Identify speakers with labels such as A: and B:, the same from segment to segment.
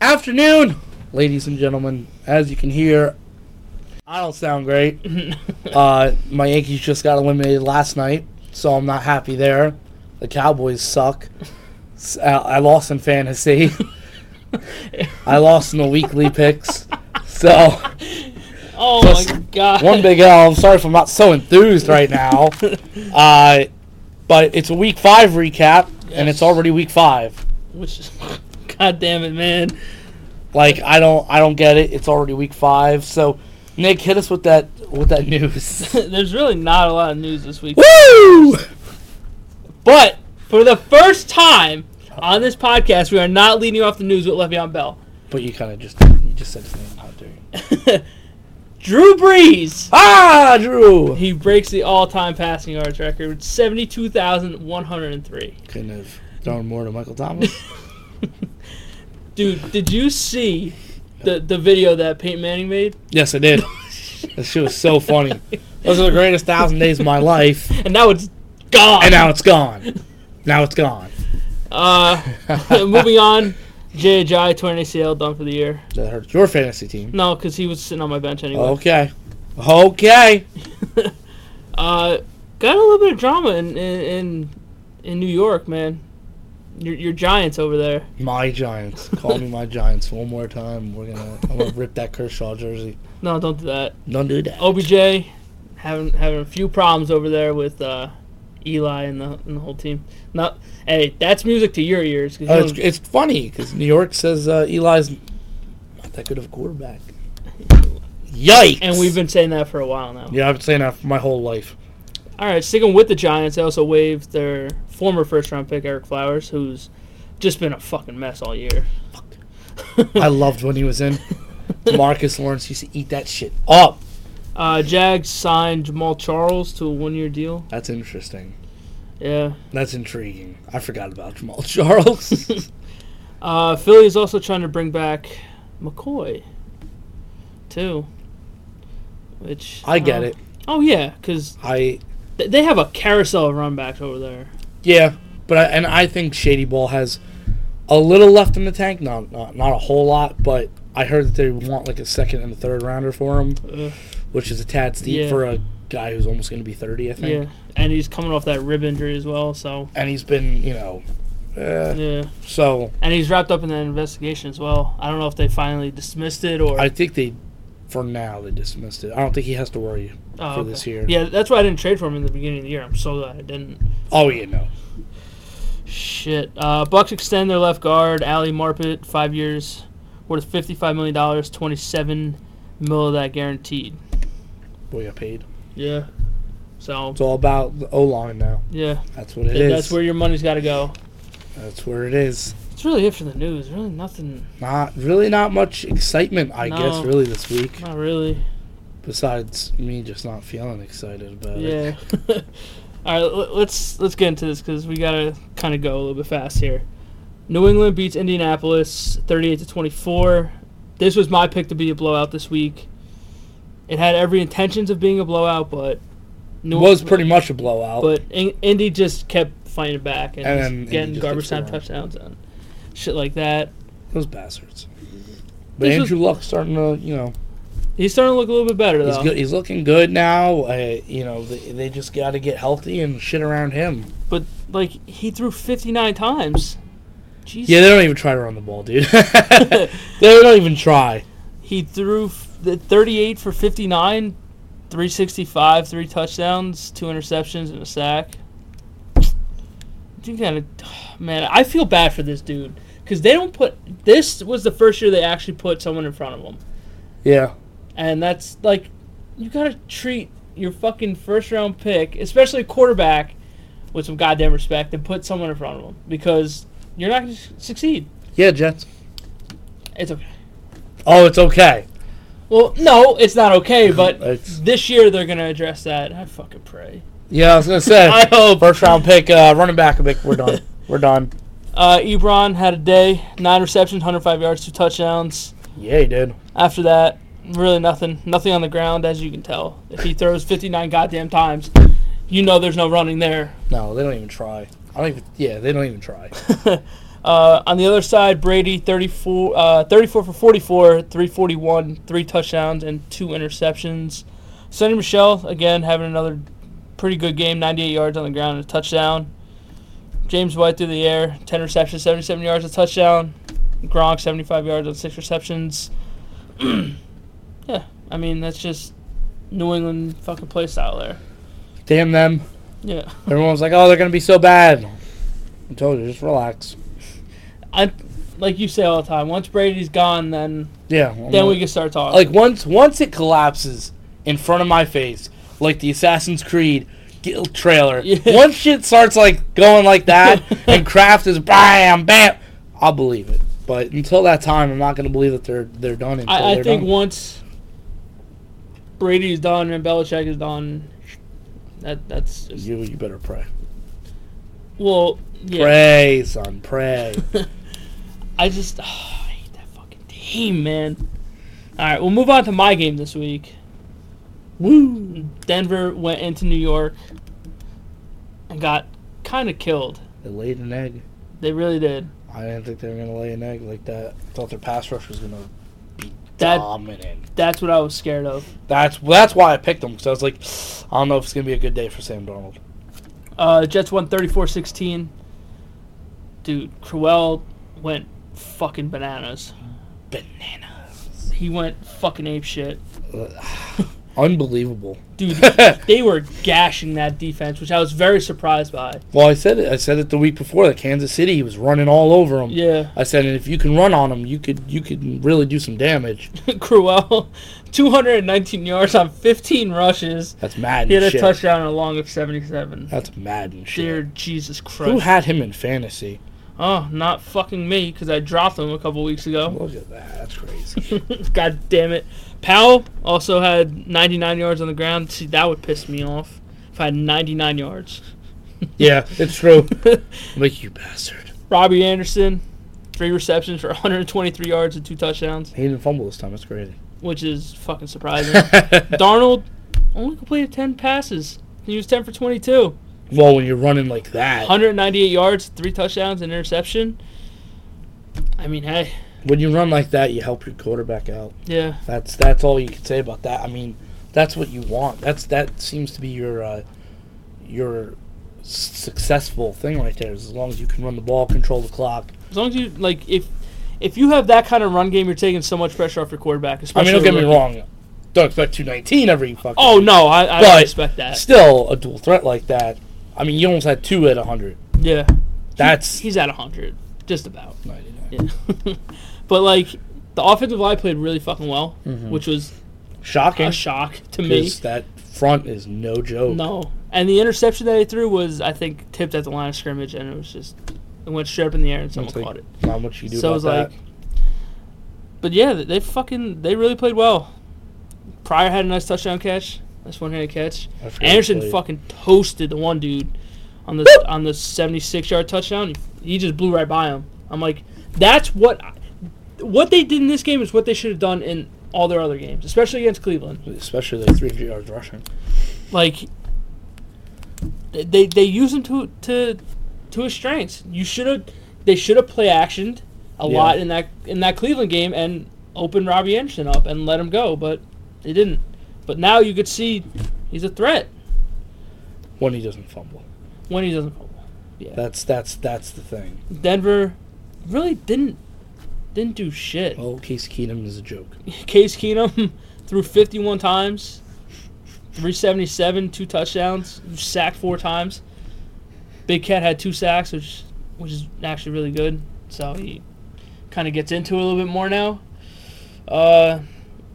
A: afternoon, ladies and gentlemen. As you can hear, I don't sound great. uh, my Yankees just got eliminated last night, so I'm not happy there. The Cowboys suck. S- I I lost in fantasy. I lost in the weekly picks. So,
B: Oh
A: Plus
B: my god.
A: one big L. I'm sorry if I'm not so enthused right now. Uh, but it's a week five recap, and
B: Yes.
A: it's already week five.
B: Which is, god damn it, man.
A: Like I don't, I don't get it. It's already week five. So, Nick, hit us with that, with that news.
B: There's really not a lot of news this week.
A: Woo!
B: But for the first time on this podcast, we are not leading off the news with Le'Veon Bell.
A: But you kind of just, you just said his name. How dare you?
B: Drew Brees.
A: Ah, Drew.
B: He breaks the all-time passing yards record with 72,103.
A: Couldn't have thrown more to Michael Thomas.
B: Dude, did you see the, the video that Peyton Manning made?
A: yes, I did. That shit was so funny. Those are the greatest thousand days of my life,
B: And now it's gone.
A: and now it's gone. Now it's gone.
B: Uh, moving on. J.J. torn ACL, done for the year.
A: That hurts your fantasy team.
B: No, because he was sitting on my bench anyway.
A: Okay. Okay.
B: Uh, got a little bit of drama in in in, in New York, man. Your, your Giants over there.
A: My Giants. Call me my Giants one more time. We're gonna I'm gonna rip that Kershaw jersey.
B: No, don't do that.
A: Don't do that.
B: OBJ having having a few problems over there with uh, Eli and the and the whole team. Not hey, that's music to your ears. 'cause you
A: Uh, it's,
B: don't-
A: it's funny because New York says uh, Eli's not that good of a quarterback. Yikes!
B: and we've been saying that for a while now.
A: yeah, I've been saying that for my whole life.
B: All right, sticking with the Giants, they also waived their former first round pick Eric Flowers, who's just been a fucking mess all year.
A: I loved when he was in. Marcus Lawrence used to eat that shit up.
B: Uh, Jags signed Jamal Charles to a one year deal.
A: That's interesting.
B: Yeah.
A: That's intriguing. I forgot about Jamal Charles.
B: Uh, Philly is also trying to bring back McCoy, too. Which
A: I get
B: uh,
A: it.
B: Oh yeah, because
A: I
B: th- they have a carousel of run backs over there.
A: Yeah, but I, and I think Shady Ball has a little left in the tank. Not, not not a whole lot, but I heard that they want like a second and a third rounder for him,
B: Ugh.
A: which is a tad steep
B: Yeah.
A: for a guy who's almost going to be thirty, I think.
B: Yeah, and he's coming off that rib injury as well. So
A: And he's been, you know, uh,
B: yeah,
A: so
B: and he's wrapped up in that investigation as well. I don't know if they finally dismissed it or
A: I think they, for now, they dismissed it. I don't think he has to worry.
B: Oh,
A: for this year.
B: Yeah, that's why I didn't trade for him in the beginning of the year. I'm so glad I didn't.
A: Oh yeah, no.
B: Shit. Uh, Bucks extend their left guard, Ali Marpet, five years, worth fifty-five million dollars, twenty-seven mil of that guaranteed.
A: We got paid.
B: Yeah. So
A: It's all about the O line now.
B: yeah,
A: That's what it
B: th-
A: is.
B: that's where your money's got to go.
A: That's where it is.
B: It's really it for the news. Really nothing.
A: Not really, not much excitement. I guess
B: No.
A: really this week.
B: Not really.
A: Besides me just not feeling excited about it.
B: Yeah. All right, l- let's let's get into this because we gotta kind of go a little bit fast here. New England beats Indianapolis, thirty-eight to twenty-four. This was my pick to be a blowout this week. It had every intentions of being a blowout, but
A: It
B: New
A: was pretty much a blowout.
B: But In- Indy just kept fighting back and,
A: And
B: just
A: then Indy
B: getting
A: just
B: garbage time
A: exploded.
B: touchdowns and shit like that.
A: Those bastards. But
B: This
A: Andrew Luck's starting to, you know,
B: He's starting to look a little bit better
A: he's
B: though.
A: good. He's looking good now. Uh, you know, they, they just got to get healthy and shit around him.
B: But like he threw fifty-nine times. Jesus.
A: Yeah, they don't even try to run the ball, dude. they don't even try.
B: He threw f- the 38 for 59, 365, three touchdowns, two interceptions, and a sack. You gotta, man. I feel bad for this dude because they don't put. This was the first year they actually put someone in front of him,
A: Yeah,
B: and that's like, you gotta treat your fucking first round pick, especially a quarterback, with some goddamn respect, and put someone in front of him because you're not gonna s- succeed.
A: yeah, Jets.
B: It's okay.
A: Oh, it's okay.
B: Well, no, it's not okay, but
A: It's-
B: this year they're gonna address that. I fucking pray.
A: Yeah, I was gonna say.
B: I hope.
A: First round pick, uh, running back a pick. We're done. We're done.
B: Uh, Ebron had a day, nine receptions, 105 yards, two touchdowns.
A: Yeah, he did.
B: After that, really nothing, nothing on the ground, as you can tell. If he throws 59 goddamn times, you know there's no running there.
A: No, they don't even try. I don't even. Yeah, they don't even try.
B: Uh, on the other side, Brady 34, uh, 34 for 44, 341, three touchdowns and two interceptions. Sonny Michelle again having another pretty good game, 98 yards on the ground and a touchdown. James White through the air, 10 receptions, 77 yards, a touchdown. Gronk 75 yards on six receptions. yeah, I mean that's just New England fucking play style there.
A: Damn them.
B: Yeah.
A: Everyone's like, oh, they're going to be so bad. I told you, just relax.
B: I like you say all the time. Once Brady's gone, then
A: Yeah.
B: then we can start talking.
A: like once once it collapses in front of my face, like the Assassin's Creed g- trailer.
B: Yeah.
A: Once shit starts like going like that, and Kraft is bam bam, I'll believe it. But until that time, I'm not going to believe that they're they're done. Until
B: I, I
A: they're
B: think
A: done.
B: once Brady's done and Belichick is done, that that's just,
A: you you better pray,
B: well, yeah.
A: pray, son, pray.
B: I just ah, I hate that fucking team, man. All right, we'll move on to my game this week. Woo! Denver went into New York and got kind of killed.
A: they laid an egg.
B: They really did.
A: I didn't think they were going to lay an egg like that. I thought their pass rush was going to be
B: That-
A: dominant.
B: That's what I was scared of.
A: That's that's why I picked them because I was like, I don't know if it's going to be a good day for Sam Donald.
B: Uh, Jets won 34-16. Dude, Crowell went fucking bananas.
A: Bananas.
B: He went fucking ape shit.
A: Unbelievable.
B: Dude, they were gashing that defense, which I was very surprised by.
A: Well, I said it. I said it the week before that Kansas City was running all over them.
B: Yeah,
A: I said, and if you can run on them, you could you could really do some damage.
B: Crowell, 219 yards on 15 rushes.
A: That's mad.
B: He had a
A: shit.
B: touchdown and a long of 77.
A: That's mad and shit.
B: Dear Jesus Christ.
A: Who had him in fantasy?
B: oh, not fucking me, because I dropped him a couple weeks ago.
A: Look at that. That's crazy.
B: God damn it. Powell also had 99 yards on the ground. See, that would piss me off if I had 99 yards.
A: yeah, it's true. I'm like you bastard.
B: Robbie Anderson, three receptions for 123 yards and two touchdowns,
A: He didn't fumble this time. That's crazy.
B: which is fucking surprising.
A: Uh,
B: Darnold only completed 10 passes. He was 10 for 22.
A: well, when you're running like that,
B: 198 yards, three touchdowns, and interception. I mean, hey,
A: when you run like that, you help your quarterback out.
B: yeah.
A: That's that's all you can say about that. I mean, that's what you want. That's that seems to be your uh, your s- successful thing right there. Is as long as you can run the ball, control the clock.
B: As long as you like, if if you have that kind of run game, you're taking so much pressure off your
A: I
B: quarterback.
A: mean,
B: Especially
A: don't get me
B: with-
A: wrong. Don't expect two nineteen every fucking.
B: Oh no, I, I
A: But-
B: don't expect that.
A: still a dual threat like that. I mean, you almost had two at hundred.
B: Yeah,
A: That's
B: he's at 100, just about.
A: ninety nine.
B: Yeah. but like, the offensive line played really fucking well,
A: Mm-hmm.
B: which was
A: Shocking.
B: a shock to me.
A: Because that front is Ah, no joke.
B: No. And the interception that he threw was, I think, tipped at the line of scrimmage, and it was just, it went straight up in the air, and someone
A: It's like,
B: caught it.
A: Not much you do
B: So it
A: about
B: was
A: that.
B: like, but yeah, they- they fucking, they really played well. Pryor had a nice touchdown catch, nice one-handed catch.
A: I forget who
B: Anderson
A: played.
B: fucking toasted the one dude on the on the 76-yard touchdown. He just blew right by him. I'm like, that's what, I- what they did in this game is what they should have done in all their other games, especially against Cleveland.
A: especially the three hundred yards rushing.
B: like they- they they use him to to to his strengths. You should have they should have play actioned a
A: Yeah.
B: lot in that in that Cleveland game and opened Robbie Anderson up and let him go, but they didn't. But now you could see he's a threat
A: When he doesn't fumble.
B: when he doesn't fumble.
A: That's that's that's the thing.
B: Denver really didn't didn't do shit.
A: Well, Case Oh, Keenum is a joke.
B: Case Keenum threw 51 times, 377, two touchdowns, sacked four times. Big Cat had two sacks, which which is actually really good. So he kind of gets into it a little bit more now. Uh,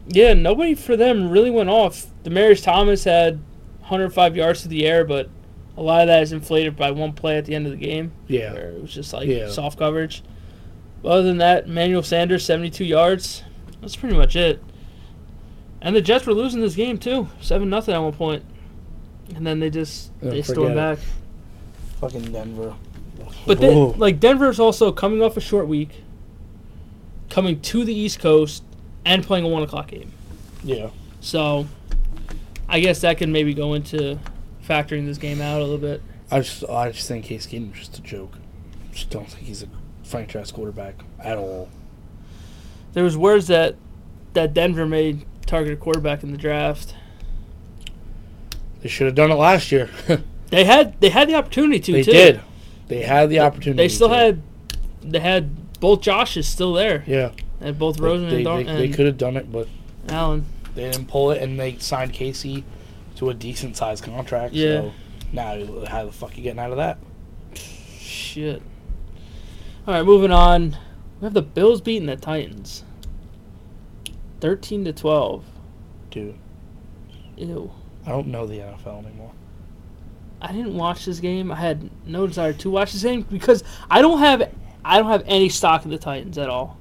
B: yeah, nobody for them really went off. Demarius Thomas had 105 yards to the air, but a lot of that is inflated by one play at the end of the game
A: Yeah.
B: where it was just like
A: Yeah.
B: soft coverage. But other than that, Manuel Sanders, 72 yards. That's pretty much it. And the Jets were losing this game too, seven nothing at one point, and then they just
A: Yeah,
B: they
A: Oh, forget
B: stormed
A: it.
B: back.
A: Fucking Denver.
B: But then,
A: Whoa.
B: like Denver's also coming off a short week, coming to the East Coast and playing a one o'clock game.
A: yeah.
B: So, I guess that can maybe go into factoring this game out a little bit.
A: I just I just think Case Keenum's just a joke. Just don't think he's a Frank Trask quarterback at all.
B: There was words that that Denver made targeted quarterback in the draft.
A: They should have done it last year.
B: They had they had the opportunity to.
A: they
B: too.
A: did. They had the opportunity.
B: They still
A: to.
B: had. They had both Joshes still there,
A: Yeah.
B: and both
A: They,
B: Rosen
A: they,
B: and, Dar- and
A: could have done it, but
B: Allen.
A: they didn't pull it, and they signed Casey to a decent sized contract.
B: Yeah.
A: So now, how the fuck you getting out of that?
B: Shit. All right, moving on. We have the Bills beating the Titans. Thirteen to twelve.
A: Dude,
B: Ew.
A: I don't know the NFL anymore.
B: I didn't watch this game. I had no desire to watch this game because I don't have I don't have any stock in the Titans at all.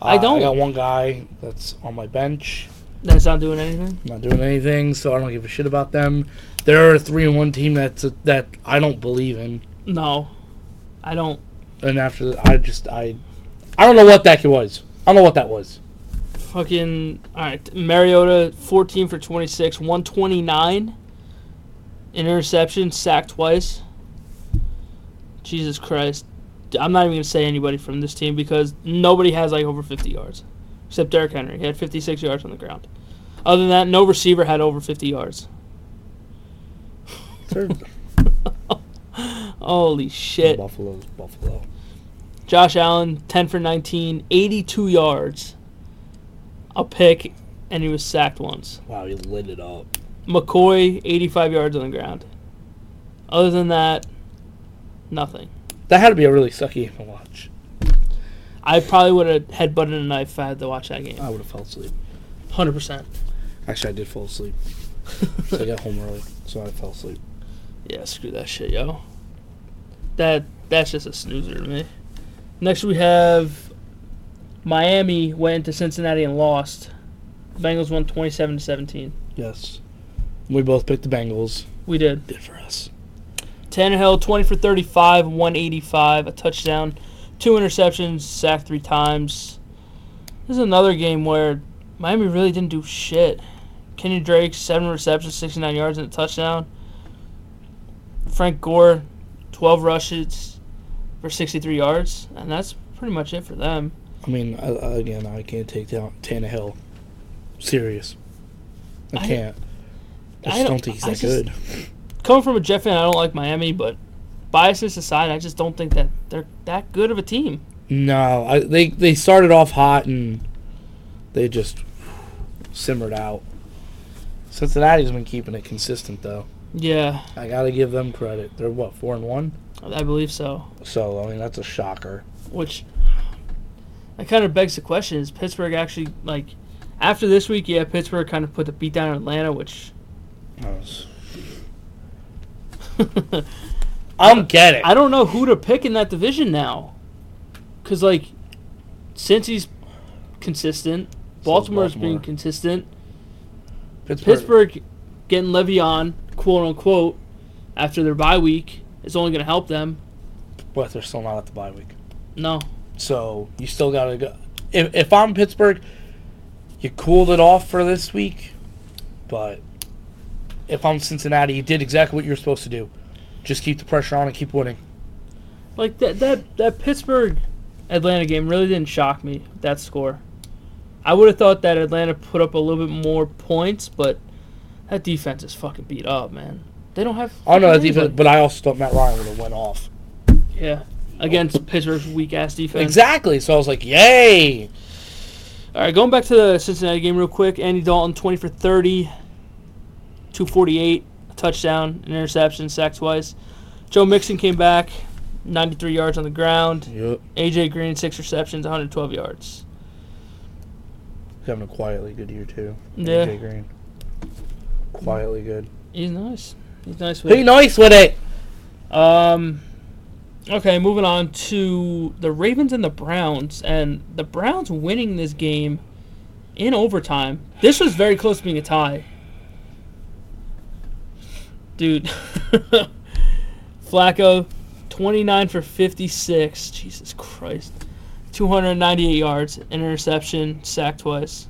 B: I
A: Uh,
B: don't.
A: I got one guy that's on my bench,
B: That's not doing anything.
A: not doing anything, so I don't give a shit about them. They're a three and one team that's that I don't believe in,
B: No, I don't.
A: and after that, I just I, I don't know what that was. I don't know what that was.
B: Fucking all right, Mariota, fourteen for twenty six, one twenty nine, interception, sacked twice. Jesus Christ, I'm not even gonna say anybody from this team because nobody has like over fifty yards, except Derrick Henry. He had fifty six yards on the ground. Other than that, no receiver had over fifty yards.
A: Sir,
B: Holy shit!
A: Buffalo's Buffalo.
B: Josh Allen, 10 for 19, 82 yards, a pick, and he was sacked once.
A: Wow, he lit it up.
B: McCoy, 85 yards on the ground. Other than that, nothing.
A: That had to be a really sucky game to watch.
B: I probably would have headbutted a knife if I had to watch that game.
A: I would have fell asleep.
B: 100%.
A: Actually, I did fall asleep. So I got home early, so I fell asleep.
B: Yeah, screw that shit, yo. That that's just a snoozer to me. Next we have Miami went into Cincinnati and lost. Bengals won 27 to 17.
A: Yes, we both picked the Bengals.
B: We did.
A: Did for us.
B: Tannehill, 20 for 35, 185, a touchdown, two interceptions, sacked three times. This is another game where Miami really didn't do shit. Kenny Drake, seven receptions, 69 yards, and a touchdown. Frank Gore, 12 rushes for 63 yards, and that's pretty much it for them.
A: I mean, I, I- again, I can't take down Tannehill serious. I,
B: I-
A: can't. I
B: I
A: just don't
B: don't-
A: think he's
B: I
A: that
B: just-
A: good.
B: Coming from a Jet fan, I don't like Miami, but biases aside, I just don't think that they're that good of a team.
A: No, I, they they started off hot and they just simmered out. Cincinnati's been keeping it consistent though.
B: Yeah,
A: I gotta give them credit. They're what four and one,
B: I believe so.
A: so I mean that's a shocker.
B: which that kind of begs the question: Is Pittsburgh actually like after this week? Yeah, Pittsburgh kind of put the beat down on Atlanta, which
A: I, was- I don't get it.
B: I don't know who to pick in that division now, because like since he's consistent, Baltimore's
A: Baltimore.
B: being consistent. Pittsburgh getting Le'Veon, quote unquote, after their bye week is only going to help them.
A: but they're still not at the bye week.
B: No,
A: So you still gotta go. If, if I'm Pittsburgh, you cooled it off for this week, but if I'm Cincinnati, you did exactly what you were supposed to do. Just keep the pressure on and keep winning.
B: Like that that that Pittsburgh Atlanta game really didn't shock me with that score. I would have thought that Atlanta put up a little bit more points, but that defense is fucking beat up, man. They don't have.
A: Oh no, that's
B: fucking
A: even.
B: anybody.
A: But I also thought Matt Ryan would have went off.
B: yeah, against Pittsburgh's weak ass defense.
A: Exactly. So I was like, yay!
B: All right, going back to the Cincinnati game real quick. Andy Dalton, 20 for 30, 248, a touchdown, an interception, sack twice. Joe Mixon came back, 93 yards on the ground.
A: Yep.
B: AJ Green, six receptions, 112 yards.
A: Having a quietly good year too.
B: Yeah.
A: AJ Green. Quietly good.
B: He's nice. He's nice with
A: Be
B: it.
A: nice with it.
B: Um, okay, moving on to the Ravens and the Browns, and the Browns winning this game in overtime. This was very close to being a tie, dude. Flacco, twenty-nine for fifty-six. Jesus Christ, two hundred ninety-eight yards, an interception, sack twice.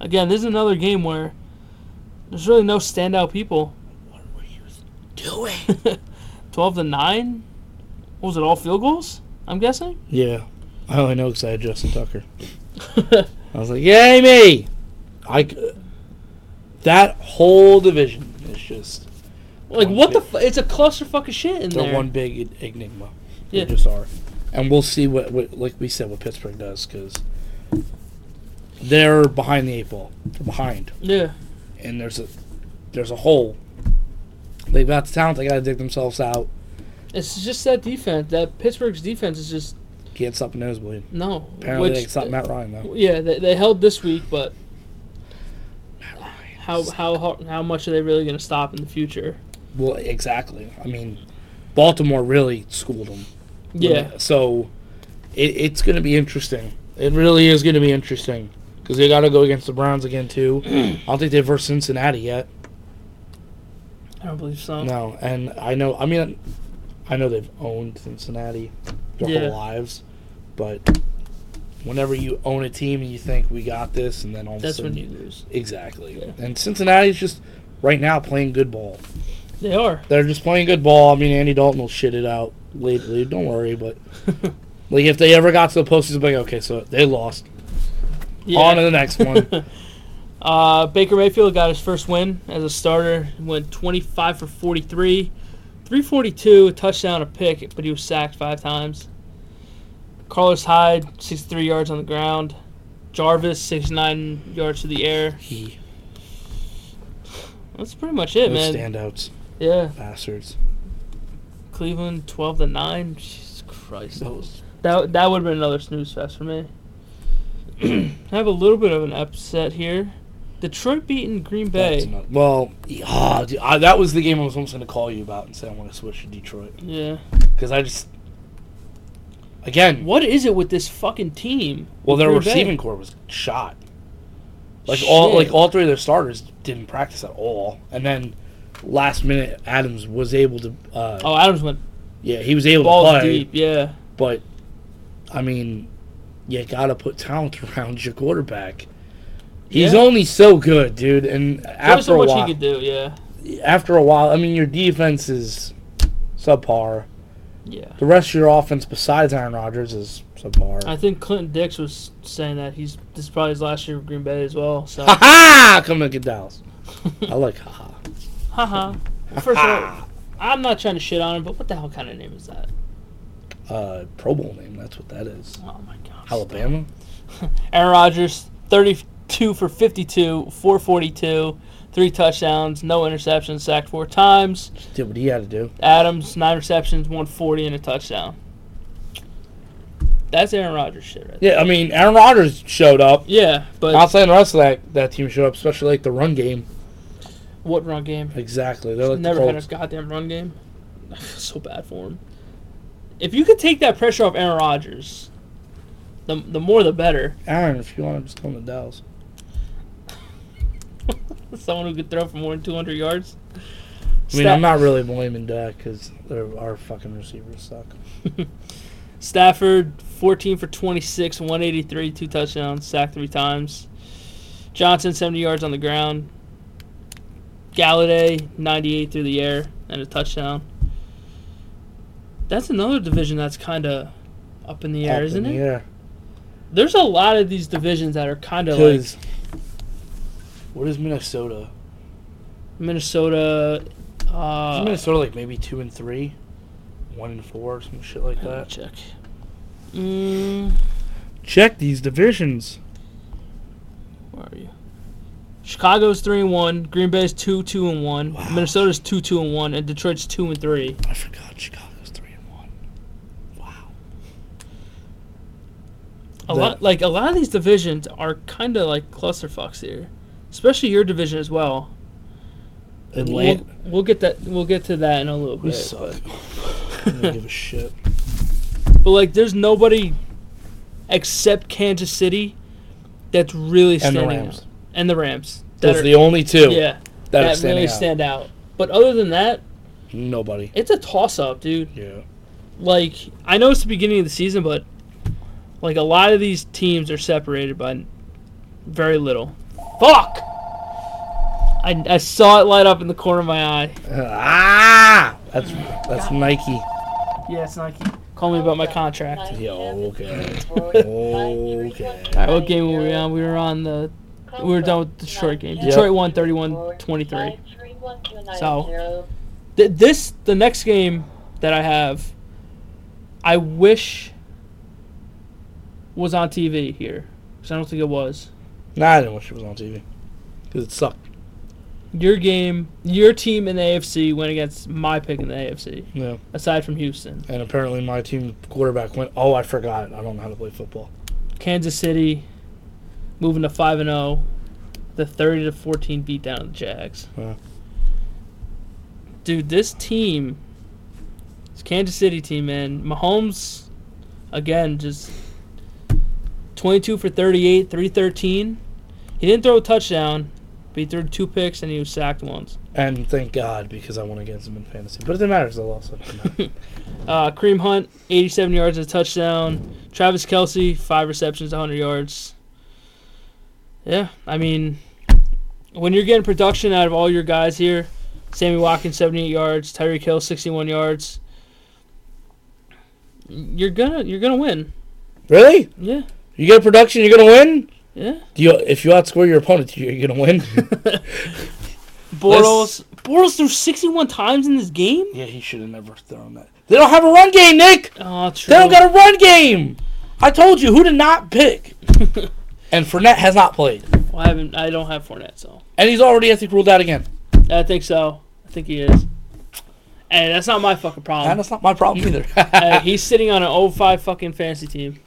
B: Again, this is another game where there's really no standout people.
A: What were you doing?
B: 12 to 9 what was it all field goals I'm guessing.
A: Yeah. I only know because I had Justin Tucker. I was like, yay me! I, c- that whole division is just
B: Like
A: One
B: what the?
A: big-
B: F- it's a clusterfuck of shit in
A: they're
B: there.
A: one big en- enigma.
B: Yeah.
A: They just are. And we'll see what, what like we said, what Pittsburgh does because they're behind the eight ball. They're behind,
B: Yeah.
A: and there's a there's a hole. They've got the talent. They got to dig themselves out.
B: It's just that defense. That Pittsburgh's defense is just
A: Can't stop a nosebleed.
B: no.
A: Apparently,
B: which-
A: they can stop Matt Ryan though.
B: Yeah, they, they held this week, but
A: Matt Ryan.
B: how how how, how much are they really going to stop in the future?
A: Well, exactly. I mean, Baltimore really schooled them.
B: Yeah.
A: So it, it's going to be interesting. It really is going to be interesting because they got to go against the Browns again too. I don't think they've versed Cincinnati yet.
B: I don't believe so.
A: No, and I know. I mean, I know they've owned Cincinnati their
B: Yeah.
A: whole lives, but whenever you own a team and you think we got this, and then all
B: That's
A: of a
B: when
A: sudden
B: you lose.
A: exactly.
B: Yeah.
A: And Cincinnati's just right now playing good ball.
B: They are.
A: They're just playing good ball. I mean, Andy Dalton will shit it out lately. Don't worry, but like if they ever got to the postseason, like okay, so they lost.
B: Yeah.
A: On to the next one.
B: Uh, Baker Mayfield got his first win as a starter. He went 25 for 43, 342, a touchdown, a pick, but he was sacked five times. Carlos Hyde, 63 yards on the ground. Jarvis, 69 yards to the air.
A: he,
B: That's pretty much it,
A: those
B: man.
A: standouts,
B: Yeah,
A: bastards.
B: Cleveland, 12 to 9. Jesus Christ.
A: That was
B: That, that would have been another snooze fest for me. I have a little bit of an upset here. Detroit beating Green
A: that's
B: Bay.
A: not- well, ah, dude, I, that was the game I was almost going to call you about and say I want to switch to Detroit
B: Yeah.
A: because I just again,
B: What is it with this fucking team?
A: well, their
B: Green Bay?
A: receiving core was shot. Like all,
B: Shit.
A: like all three of their starters didn't practice at all, and then last minute Adams was able to. Uh,
B: Oh, Adams went
A: Yeah, he was able to
B: balls
A: play,
B: deep. Yeah,
A: but I mean, you gotta put talent around your quarterback. He's
B: Yeah.
A: only so good, dude. And
B: there was
A: after
B: so
A: a
B: much
A: while,
B: he could do. Yeah,
A: after a while, I mean, your defense is subpar.
B: yeah.
A: The rest of your offense, besides Aaron Rodgers, is subpar.
B: I think Clinton Dix was saying that he's this is probably his last year with Green Bay as well. So,
A: ha ha! Come look at Dallas. I like ha ha.
B: haha. Well, first of all, I'm not trying to shit on him, but what the hell kind of name is that?
A: Uh, Pro Bowl name. That's what that is.
B: Oh my gosh.
A: Alabama.
B: Aaron Rodgers, 32 for 52, 442, three touchdowns, no interceptions, sacked four times.
A: Did what he had to do.
B: Adams, nine receptions, 140, and a touchdown. That's Aaron Rodgers shit, right?
A: Yeah, I mean, Aaron Rodgers showed up.
B: Yeah, but
A: Outside the rest of that, that team showed up, especially like the run game.
B: what run game?
A: Exactly. They're like
B: Never
A: the
B: had a
A: Colts.
B: goddamn run game. I feel so bad for him. If you could take that pressure off Aaron Rodgers, the, the more the better.
A: Aaron, if you want to just come to Dallas.
B: Someone who could throw for more than 200 yards.
A: I mean,
B: Sta-
A: I'm not really blaming Dak because our fucking receivers suck.
B: Stafford, 14 for 26, 183, two touchdowns, sacked three times. Johnson, 70 yards on the ground. Galladay, 98 through the air and a touchdown. That's another division that's kind of up in the air, isn't it?
A: Yeah.
B: There's a lot of these divisions that are kind of like
A: Because what is Minnesota?
B: Minnesota.
A: Is
B: Uh,
A: Minnesota like maybe two and three, one and four, some shit like
B: let me
A: that.
B: check. Mm,
A: Check these divisions.
B: Where are you? Chicago's three and one. Green Bay's two two and one.
A: Wow.
B: Minnesota's two two and one, and Detroit's two and three.
A: I forgot Chicago's three and one. Wow.
B: A
A: That-
B: lot like a lot of these divisions are kind of like clusterfucks here, especially your division as well.
A: Atlanta.
B: We'll, we'll get that. We'll get to that in a little
A: We
B: bit.
A: suck. I don't give a shit.
B: But like, there's nobody except Kansas City that's really
A: And
B: standing
A: the
B: out.
A: Rams.
B: And the Rams. That
A: Those
B: are-
A: are the only two
B: yeah,
A: that are
B: that
A: standing
B: really
A: out.
B: stand out. But other than that,
A: Nobody.
B: it's a toss up, dude.
A: Yeah.
B: Like I know it's the beginning of the season, but like a lot of these teams are separated by very little. Fuck. I, I saw it light up in the corner of my eye.
A: Ah, that's that's Nike.
B: Yeah, it's Nike. Call me about my contract.
A: Yeah, okay.
B: All
A: Okay.
B: right, what game were we on? We were on the. We were done with the Detroit game. Detroit won 31 23. So- Th- this, the next game that I have, I wish was on TV here. Because I don't think it was.
A: Nah, I didn't wish it was on TV. Because it sucked.
B: Your game, your team in the AFC went against my pick in the AFC,
A: Yeah.
B: aside from Houston.
A: And apparently my team quarterback went, oh, I forgot. I don't know how to play football.
B: Kansas City moving to 5 and 0. The 30 to 14 beat down of the Jags.
A: Yeah.
B: Dude, this team, this Kansas City team, man, Mahomes, again, just 22 for 38, 313. He didn't throw a touchdown, but he threw two picks and he was sacked once.
A: And thank God, because I won against him in fantasy. But it didn't matter because I lost. so it didn't matter.
B: Uh, Kareem Hunt, 87 yards and a touchdown. Travis Kelsey, five receptions, 100 yards. Yeah, I mean, when you're getting production out of all your guys here, Sammy Watkins, 78 yards, Tyreek Hill, 61 yards. You're gonna, you're gonna win.
A: really?
B: Yeah,
A: You get production, you're going to win?
B: yeah.
A: Do you, if you outscore your opponent, you're going to win?
B: Bortles, Bortles threw 61 times in this game.
A: yeah, he should have never thrown that. They don't have a run game, Nick!
B: Oh, true.
A: They don't got a run game. I told you who to not pick. and Fournette has not played,
B: Well, I haven't. I don't have Fournette, so
A: and he's already I think ruled out again.
B: I think so. I think he is. Hey, that's not my fucking problem.
A: And that's not my problem either.
B: Uh, he's sitting on an 05 fucking fantasy team.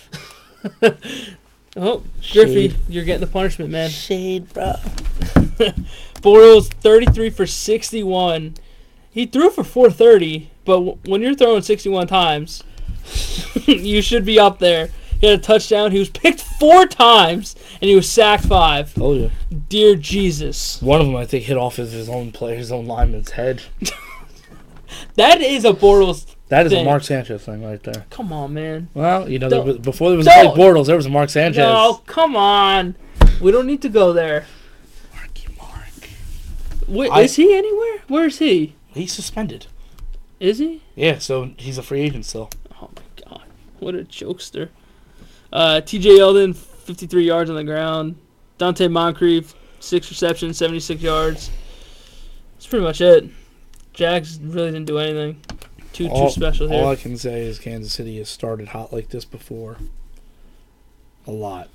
B: oh, Griffey,
A: Shade.
B: you're getting the punishment, man.
A: Shade, bro.
B: Bortles, 33 for 61. He threw for 430, but w- when you're throwing 61 times, you should be up there. He had a touchdown. He was picked four times, and he was sacked five.
A: Told you.
B: Dear Jesus.
A: One of them I think hit off of his own player, his own lineman's head.
B: That is a Bortles.
A: That is a
B: Dang.
A: Mark Sanchez thing right there.
B: Come on, man.
A: Well, you know, there
B: Don't-
A: was, before there was a
B: don't.
A: Blake Bortles, there was a Mark Sanchez.
B: No, come on. We don't need to go there.
A: Marky Mark.
B: Wait,
A: I-
B: is he anywhere? Where is he?
A: He's suspended.
B: Is he?
A: Yeah, so he's a free agent still.
B: Oh my god, what a jokester! Uh, T.J. Yeldon, 53 yards on the ground. Dante Moncrief, six receptions, 76 yards. That's pretty much it. Jags really didn't do anything too
A: All-
B: too special here.
A: All I can say is Kansas City has started hot like this before. A lot.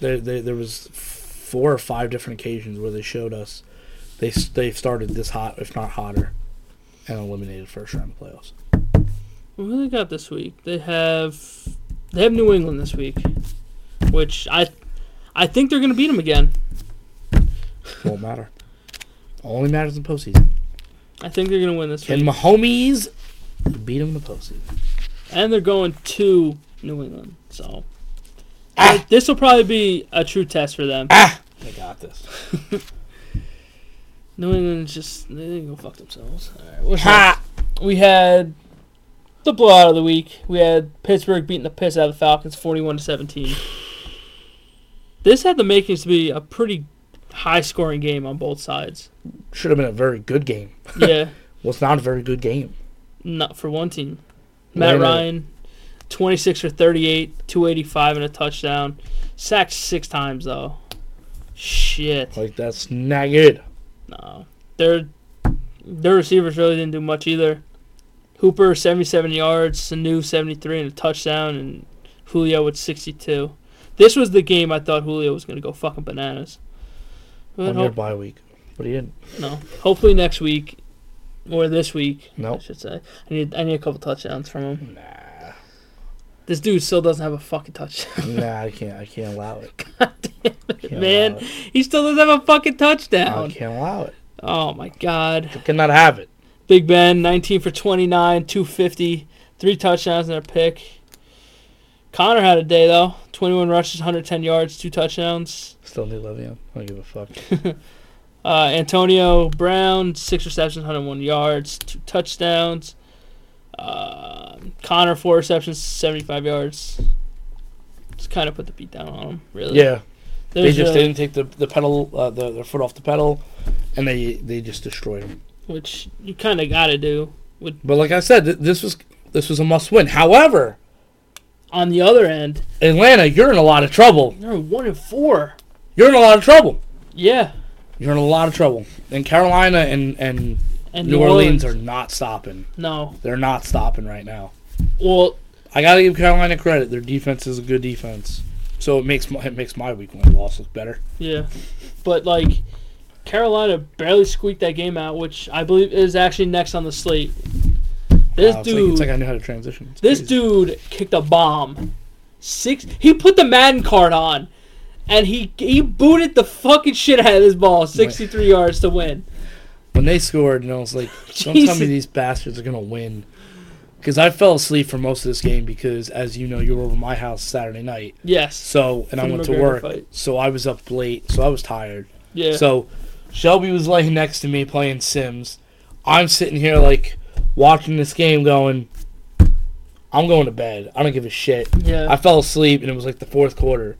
A: There, there, there was four or five different occasions where they showed us they s- they've started this hot, if not hotter, and eliminated first round of playoffs.
B: Who do they got this week? They have they have New England this week, which I I think they're gonna beat them again.
A: Won't matter. Only matters in postseason.
B: I think they're gonna win this
A: Can
B: week,
A: Mahomes beat him in the postseason?
B: and they're going to New England. So
A: Ah!
B: this will probably be a true test for them.
A: They got this.
B: New England just they didn't go fuck themselves. Alright, what's next? We had the blowout of the week. We had Pittsburgh beating the piss out of the Falcons forty one to seventeen. This had the makings to be a pretty high scoring game on both sides.
A: Should have been a very good game.
B: Yeah.
A: Well, it's not a very good game.
B: not for one team.
A: Wait
B: Matt
A: a minute.
B: Ryan, twenty six for thirty eight, two eighty five and a touchdown. Sacked six times though. Shit.
A: Like that's not good.
B: No. Their their receivers really didn't do much either. Hooper seventy seven yards, Sanu seventy three and a touchdown, and Julio with sixty two. This was the game I thought Julio was gonna go fucking bananas. But
A: On your
B: hope,
A: bye week, but he didn't.
B: no. Hopefully next week or this week, I
A: Nope.
B: should say. I need I need a couple touchdowns from him.
A: Nah.
B: This dude still doesn't have a fucking touchdown.
A: nah, I can't. I can't allow it. Can't
B: Man,
A: allow it.
B: he still doesn't have a fucking
A: I
B: touchdown.
A: can't allow it.
B: Oh my god.
A: I cannot have it.
B: Big Ben, 19 for 29, 250, three touchdowns and a pick. Connor had a day, though. 21 rushes, 110 yards, two touchdowns.
A: Still need Le'Veon. I don't give a fuck.
B: Uh, Antonio Brown, six receptions, 101 yards, two touchdowns. Uh, Connor, four receptions, 75 yards. Just kind of put the beat down on him, really.
A: yeah,
B: There's
A: they just
B: really-
A: didn't take the the pedal, uh, the, their foot off the pedal, and they they just destroyed him.
B: Which you kind of got to do.
A: But like I said, th- this was This was a must win. However,
B: On the other end,
A: Atlanta, you're in a lot of trouble.
B: they're one and four.
A: You're in a lot of trouble.
B: Yeah,
A: You're in a lot of trouble. And Carolina and, and
B: and
A: New Orleans are not stopping.
B: no.
A: They're not stopping right now.
B: Well,
A: I gotta give Carolina credit. Their defense is a good defense, so it makes my, it makes my week one loss look better.
B: yeah, but like Carolina barely squeaked that game out, which I believe is actually next on the slate. This
A: Wow, Uh, it's, like,
B: dude,
A: it's like I knew how to transition. It's
B: this
A: crazy.
B: dude kicked a bomb. Six. He put the Madden card on, and he he booted the fucking shit out of this ball, sixty-three yards to win.
A: when they scored, and I was like, "Don't tell
B: Jesus.
A: me these bastards are gonna win," because I fell asleep for most of this game because, as you know, you were over my house Saturday night,
B: Yes.
A: so and I
B: For the
A: went to
B: McGregor
A: work,
B: fight.
A: so I was up late, so I was tired.
B: Yeah.
A: So Shelby was laying next to me playing Sims. I'm sitting here like watching this game, going, "I'm going to bed. I don't give a shit."
B: yeah.
A: I fell asleep, and it was like the fourth quarter.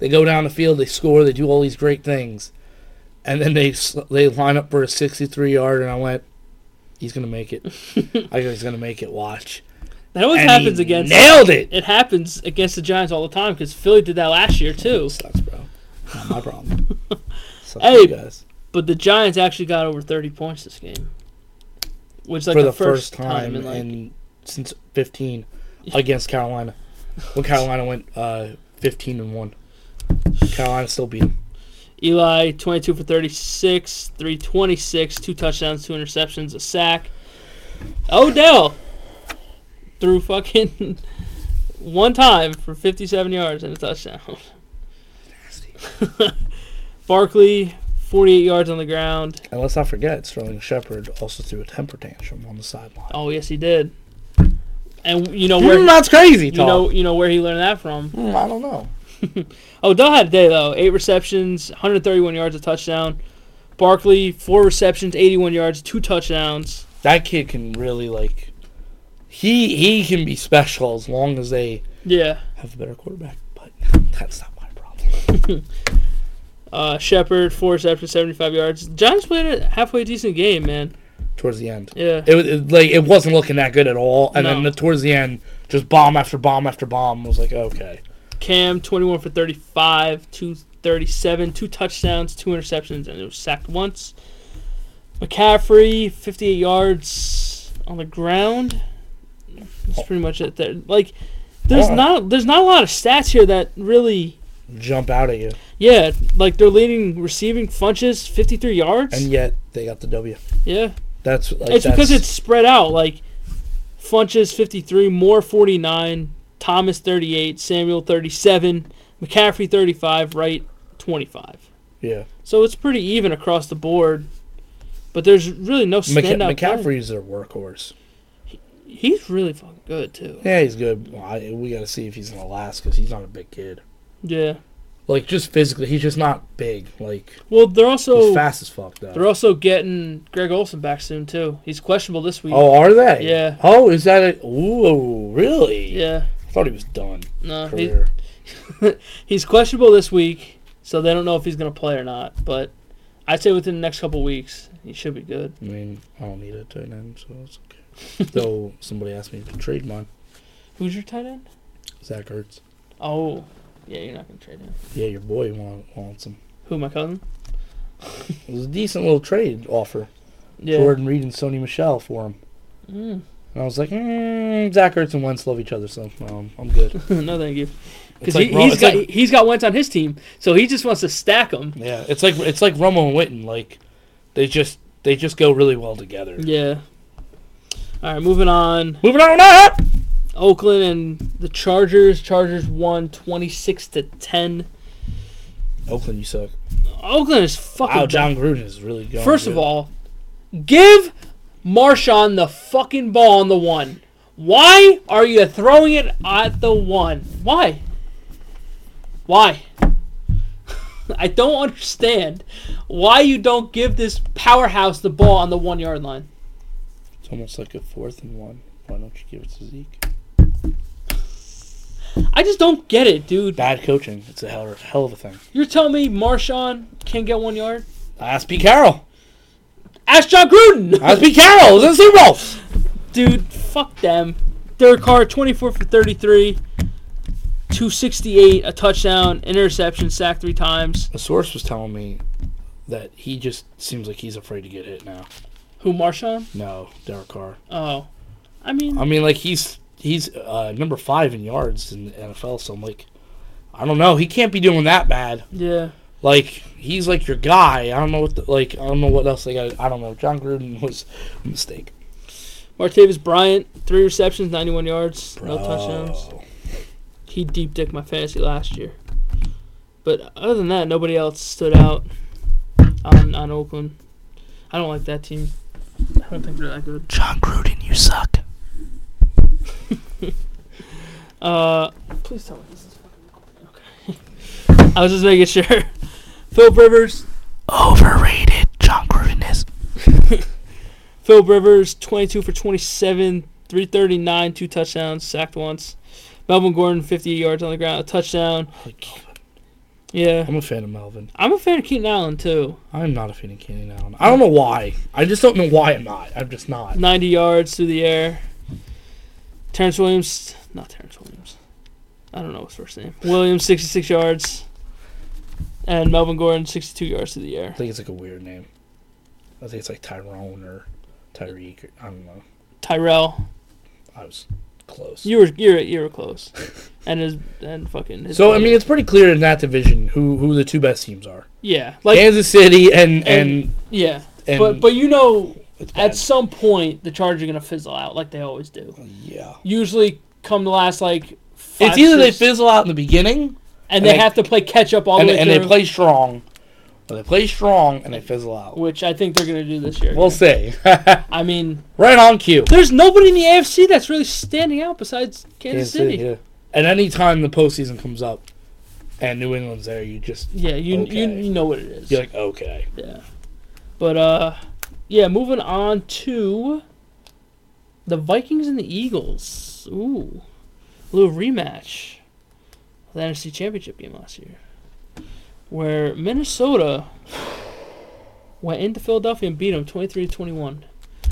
A: They go down the field, they score, they do all these great things, and then they sl- they line up for a 63 yard, and I went, "He's gonna make it. I go, he's gonna make it. Watch."
B: that always
A: And he
B: happens against.
A: Nailed it.
B: It happens against the Giants all the time because Philly did that last year too.
A: Sucks, bro. Not my problem. Sucks
B: Hey,
A: you guys.
B: But the Giants actually got over thirty points this game, which is like
A: for
B: the,
A: the first, time,
B: in like
A: in since 15 against Carolina, when Carolina went uh, 15 and one. Carolina still beat them.
B: Eli twenty-two for thirty-six, three twenty-six, two touchdowns, two interceptions, a sack. Odell threw fucking one time for fifty-seven yards and a touchdown. Barkley forty-eight yards on the ground.
A: And let's not forget, Sterling Shepard also threw a temper tantrum on the sideline.
B: Oh yes, he did. And you know Oh, where
A: Mm, that's crazy,
B: you
A: Tom.
B: know you know where he learned that from.
A: Mm, I don't know.
B: Odell had a day though. Eight receptions, 131 yards, a touchdown. Barkley four receptions, 81 yards, two touchdowns.
A: That kid can really like. He he can be special as long as they
B: Yeah,
A: have a better quarterback. But that's not my problem.
B: uh, Shepard four receptions, 75 yards. Giants played a halfway decent game, man.
A: Towards the end,
B: Yeah,
A: it was it, like it wasn't looking that good at all. And then
B: No.
A: the, towards the end, just bomb after bomb after bomb. I was like, okay.
B: Cam 21 for 35, 237, two touchdowns, two interceptions, and it was sacked once. McCaffrey 58 yards on the ground. That's pretty much it. There, like, there's
A: Oh.
B: not there's not a lot of stats here that really.
A: jump out at you.
B: Yeah, like they're leading receiving funches 53 yards.
A: And yet they got the W.
B: yeah,
A: That's like
B: it's
A: that's,
B: because it's spread out. Like funches 53, Moore 49, Thomas 38, Samuel 37, McCaffrey 35, Wright 25.
A: yeah.
B: So it's pretty even across the board. But there's really no
A: McCa-
B: standout. player.
A: McCaffrey's their workhorse.
B: he's really fucking good too.
A: Yeah, he's good. Well, I, we got to see if he's gonna last because he's not a big kid.
B: Yeah.
A: Like just physically, he's just not big. Like
B: Well, they're
A: he's
B: also
A: fast as fuck though.
B: they're also getting Greg Olson back soon too. He's questionable this week.
A: Oh, are they?
B: Yeah.
A: Oh, is that a? Ooh, really?
B: Yeah.
A: I thought he was done.
B: No, he,
A: Career.
B: He's questionable this week, so they don't know if he's going to play or not. But I'd say within the next couple weeks, he should be good.
A: I mean, I don't need a tight end, so it's okay. Though somebody asked me to trade mine.
B: Who's your tight end?
A: Zach Ertz.
B: Oh, yeah, you're not going to trade him.
A: Yeah, your boy wa- wants him.
B: Who, my cousin?
A: It was a decent little trade offer.
B: Yeah.
A: Jordan Reed and Sony Michelle for him.
B: Mm.
A: And I was like, mm, Zach Ertz and Wentz love each other, so um, I'm good.
B: no, thank you.
A: It's
B: Because
A: like
B: he,
A: Ro-
B: has
A: it's
B: got
A: like-
B: he's got Wentz on his team, so he just wants to stack them.
A: yeah, it's like it's like Romo and Witten. Like they just they just go really well together.
B: Yeah. All right, moving on.
A: Moving on ah! up.
B: Oakland and the Chargers. Chargers won 26 to 10.
A: Oakland, you suck.
B: Oakland is fucking
A: Wow, John Gruden is really going.
B: First of
A: good.
B: all, give Marshawn the fucking ball on the one. Why are you throwing it at the one? Why? Why? I don't understand why you don't give this powerhouse the ball on the one yard line.
A: it's almost like a fourth and one. Why don't you give it to Zeke?
B: I just don't get it, dude.
A: Bad coaching. It's a hell, hell of a thing.
B: You're telling me Marshawn can't get one yard?
A: Ask Pete Carroll.
B: Ask John Gruden!
A: Ask Pete Carroll. It's in the Super Bowl.
B: dude, fuck them. Derek Carr, 24 for 33, 268, a touchdown, interception, sack three times.
A: A source was telling me that he just seems like he's afraid to get hit now.
B: Who, Marshawn?
A: No, Derek Carr.
B: Oh. I mean,
A: I mean, like he's he's uh, number five in yards in the NFL. So I'm like, I don't know. He can't be doing that bad.
B: yeah.
A: Like he's like your guy. I don't know what the, like I don't know what else they got. I don't know. John Gruden was a mistake.
B: Martavis Bryant, three receptions, 91 yards, no
A: Bro.
B: touchdowns. He deep dicked my fantasy last year. But other than that, nobody else stood out on, on Oakland. I don't like that team. I don't think they're that good.
A: John Gruden, you suck.
B: Uh, please tell me this is fucking recording. Okay. I was just making sure. Philip Rivers,
A: Overrated. John Gruden is.
B: Philip Rivers, 22 for 27, 339, two touchdowns, sacked once. Melvin Gordon, 50 yards on the ground, a touchdown. Yeah.
A: I'm a fan of Melvin.
B: I'm a fan of Keaton Allen, too.
A: I'm not a fan of Keenan Allen. I don't know why. I just don't know why I'm not. I'm just not.
B: 90 yards through the air. Terrence Williams, not Terrence Williams. I don't know his first name. Williams, 66 yards. And Melvin Gordon, 62 yards through the air.
A: I think it's like a weird name. I think it's like Tyrone or Tyreek. Or, I don't know.
B: Tyrell,
A: I was close.
B: you were you were, you were close. And his and fucking his
A: so I
B: brother.
A: mean, it's pretty clear in that division who who the two best teams are:
B: yeah, like
A: Kansas City and and
B: and- yeah.
A: and.
B: but but you know
A: it's bad.
B: at some point the Chargers are gonna fizzle out like they always do.
A: yeah,
B: Usually come the last like five,
A: it's either they
B: six,
A: fizzle out in the beginning
B: and
A: and
B: they,
A: they-
B: have to play catch up all
A: and,
B: the way
A: and
B: through,
A: they play strong, or they play strong and they fizzle out.
B: which I think they're gonna do this year.
A: We'll see.
B: I mean,
A: right on cue.
B: there's nobody in the AFC that's really standing out besides
A: Kansas
B: Kansas, City.
A: City. Yeah. And any time the postseason comes up, and New England's there, you just
B: yeah, you, you
A: Okay.
B: you know what it is.
A: you're like, okay,
B: Yeah. But uh yeah, moving on to the Vikings and the Eagles. Ooh. A little rematch. of The NFC Championship game last year. Where Minnesota went into Philadelphia and beat them 23-21,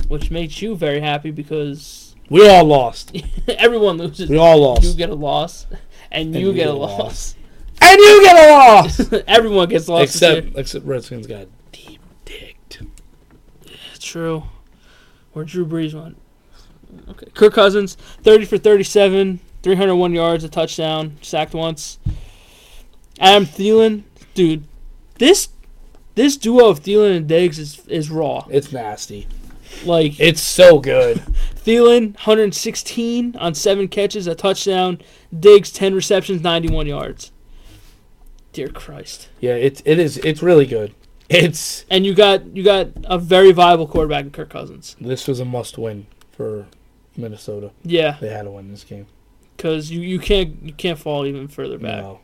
B: which makes you very happy because
A: we all lost.
B: everyone loses.
A: We all lost.
B: You get a loss and you, get, a loss.
A: and you get a loss.
B: everyone gets lost. this year.
A: except except Redskins got deep dicked.
B: That's true. Or Drew Brees one. Okay. Kirk Cousins, 30 for 37, 301 yards, a touchdown, sacked once. Adam Thielen, dude, this this duo of Thielen and Diggs is, is raw.
A: It's nasty.
B: Like
A: It's so good.
B: Thielen, 116 on seven catches, a touchdown. Diggs, 10 receptions, 91 yards. Dear Christ.
A: yeah, it it is. It's really good. It's
B: And you got you got a very viable quarterback in Kirk Cousins.
A: this was a must win for Minnesota.
B: Yeah,
A: They had to win this game.
B: because you, you can't you can't fall even further back.
A: No.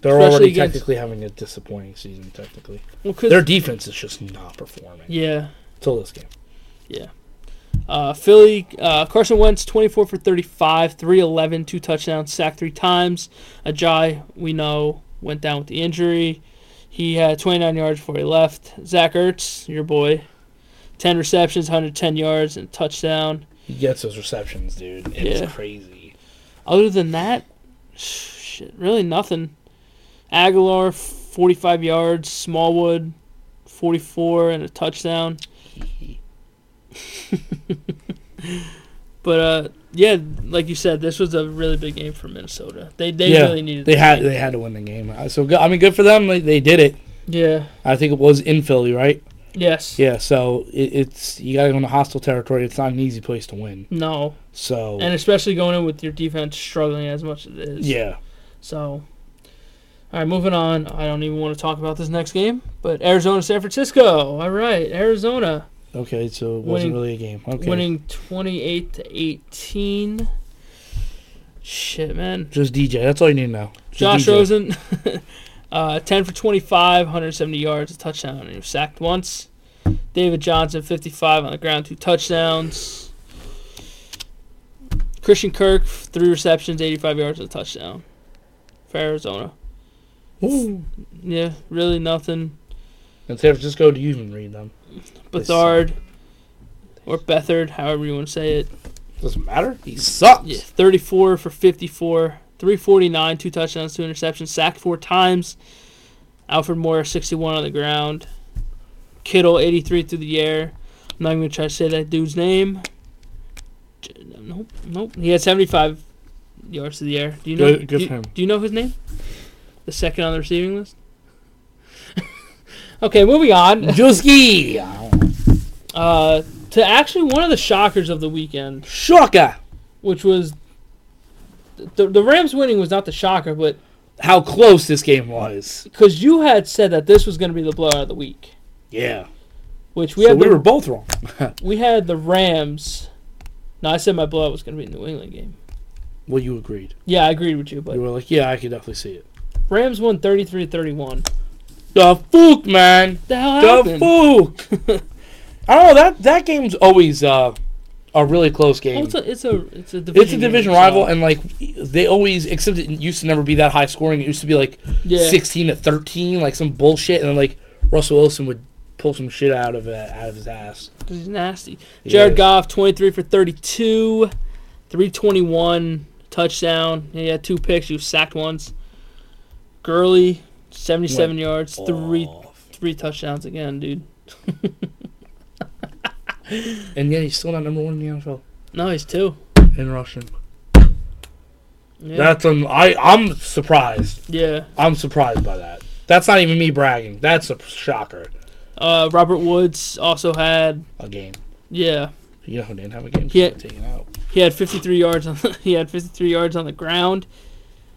A: They're
B: Especially
A: already
B: against-
A: technically having a disappointing season. Technically,
B: Well, 'cause-
A: their defense is just not performing
B: yeah,
A: till this game.
B: uh, Philly uh, Carson Wentz, twenty-four for thirty-five, three eleven, two touchdowns, sacked three times. Ajay, we know, went down with the injury. He had twenty-nine yards before he left. Zach Ertz, your boy, ten receptions, hundred ten yards, and touchdown.
A: He gets those receptions, dude. It's
B: Yeah.
A: crazy.
B: Other than that, shit, really nothing. Aguilar, forty-five yards. Smallwood, forty-four and a touchdown. But uh, yeah, like you said, this was a really big game for Minnesota. They they
A: Yeah,
B: really needed.
A: They
B: this
A: had
B: game.
A: they had to win the game. Uh, So go- I mean, good for them. They, they did it.
B: Yeah.
A: I think it was in Philly, right?
B: Yes.
A: Yeah. So it, it's you got to go into hostile territory. It's not an easy place to win.
B: No.
A: So
B: And especially going in with your defense struggling as much as it is.
A: yeah,
B: So. All right, moving on. I don't even want to talk about this next game, but Arizona, San Francisco. All right, Arizona
A: okay. So it
B: Winning-
A: wasn't really a game. Okay,
B: winning twenty-eight to eighteen. Shit, man.
A: just DJ. That's all you need to know. Just
B: Josh
A: DJ.
B: Rosen, uh, 10 for 25, 170 yards, a touchdown, and he was sacked once. David Johnson, 55 on the ground, two touchdowns. Christian Kirk, three receptions, 85 yards, a touchdown for Arizona.
A: Ooh.
B: Yeah, really nothing.
A: And San Francisco, do you even read them?
B: Bethard or Bethard, however you want to say it,
A: Doesn't matter. He sucks.
B: Yeah, 34 for 54, 349, two touchdowns, two interceptions, sacked four times. Alfred Moore 61 on the ground. Kittle 83 through the air. I'm not even gonna try to say that dude's name. J- Nope, nope. He had 75 yards through the air. Do you know?
A: Good- good
B: do,
A: for him.
B: do you know his name? The second on the receiving list. okay, moving on.
A: Juski.
B: Uh, to actually one of the shockers of the weekend.
A: Shocker.
B: which was the, the Rams winning was not the shocker, but
A: How close this game was.
B: because you had said that this was going to be the blowout of the week,
A: Yeah.
B: which we
A: We, so
B: had
A: we
B: the,
A: were both wrong.
B: we had the Rams. No, I said my blowout was going to be the New England game.
A: well, you agreed.
B: Yeah, I agreed with you, but
A: You were like, yeah, I can definitely see it.
B: Rams won 33-31.
A: The fuck, man.
B: The hell
A: The
B: happened?
A: fuck. I don't know. That that game's always uh, a really close game.
B: Well, it's a it's a it's a division,
A: It's a division
B: game, so-
A: rival, and like they always, except it used to never be that high scoring. It used to be like
B: Yeah.
A: sixteen to thirteen, like some bullshit, and then like Russell Wilson would pull some shit out of uh, out of his ass.
B: 'Cause He's nasty.
A: He
B: Jared
A: is.
B: Goff, 23 for 32, 321, touchdown. He had two picks. He was sacked once. Gurley, 77 yards, three
A: Off.
B: three touchdowns again, dude.
A: and yet he's still not number one in the NFL
B: No, he's two.
A: in rushing.
B: Yeah.
A: That's um, I I'm surprised.
B: yeah.
A: I'm surprised by that. That's not even me bragging. That's a shocker.
B: Uh, Robert Woods also had,
A: A game.
B: yeah,
A: You know who didn't have a game?
B: Yeah.
A: Taken out.
B: he had 53 yards on the, he had 53 yards on the ground.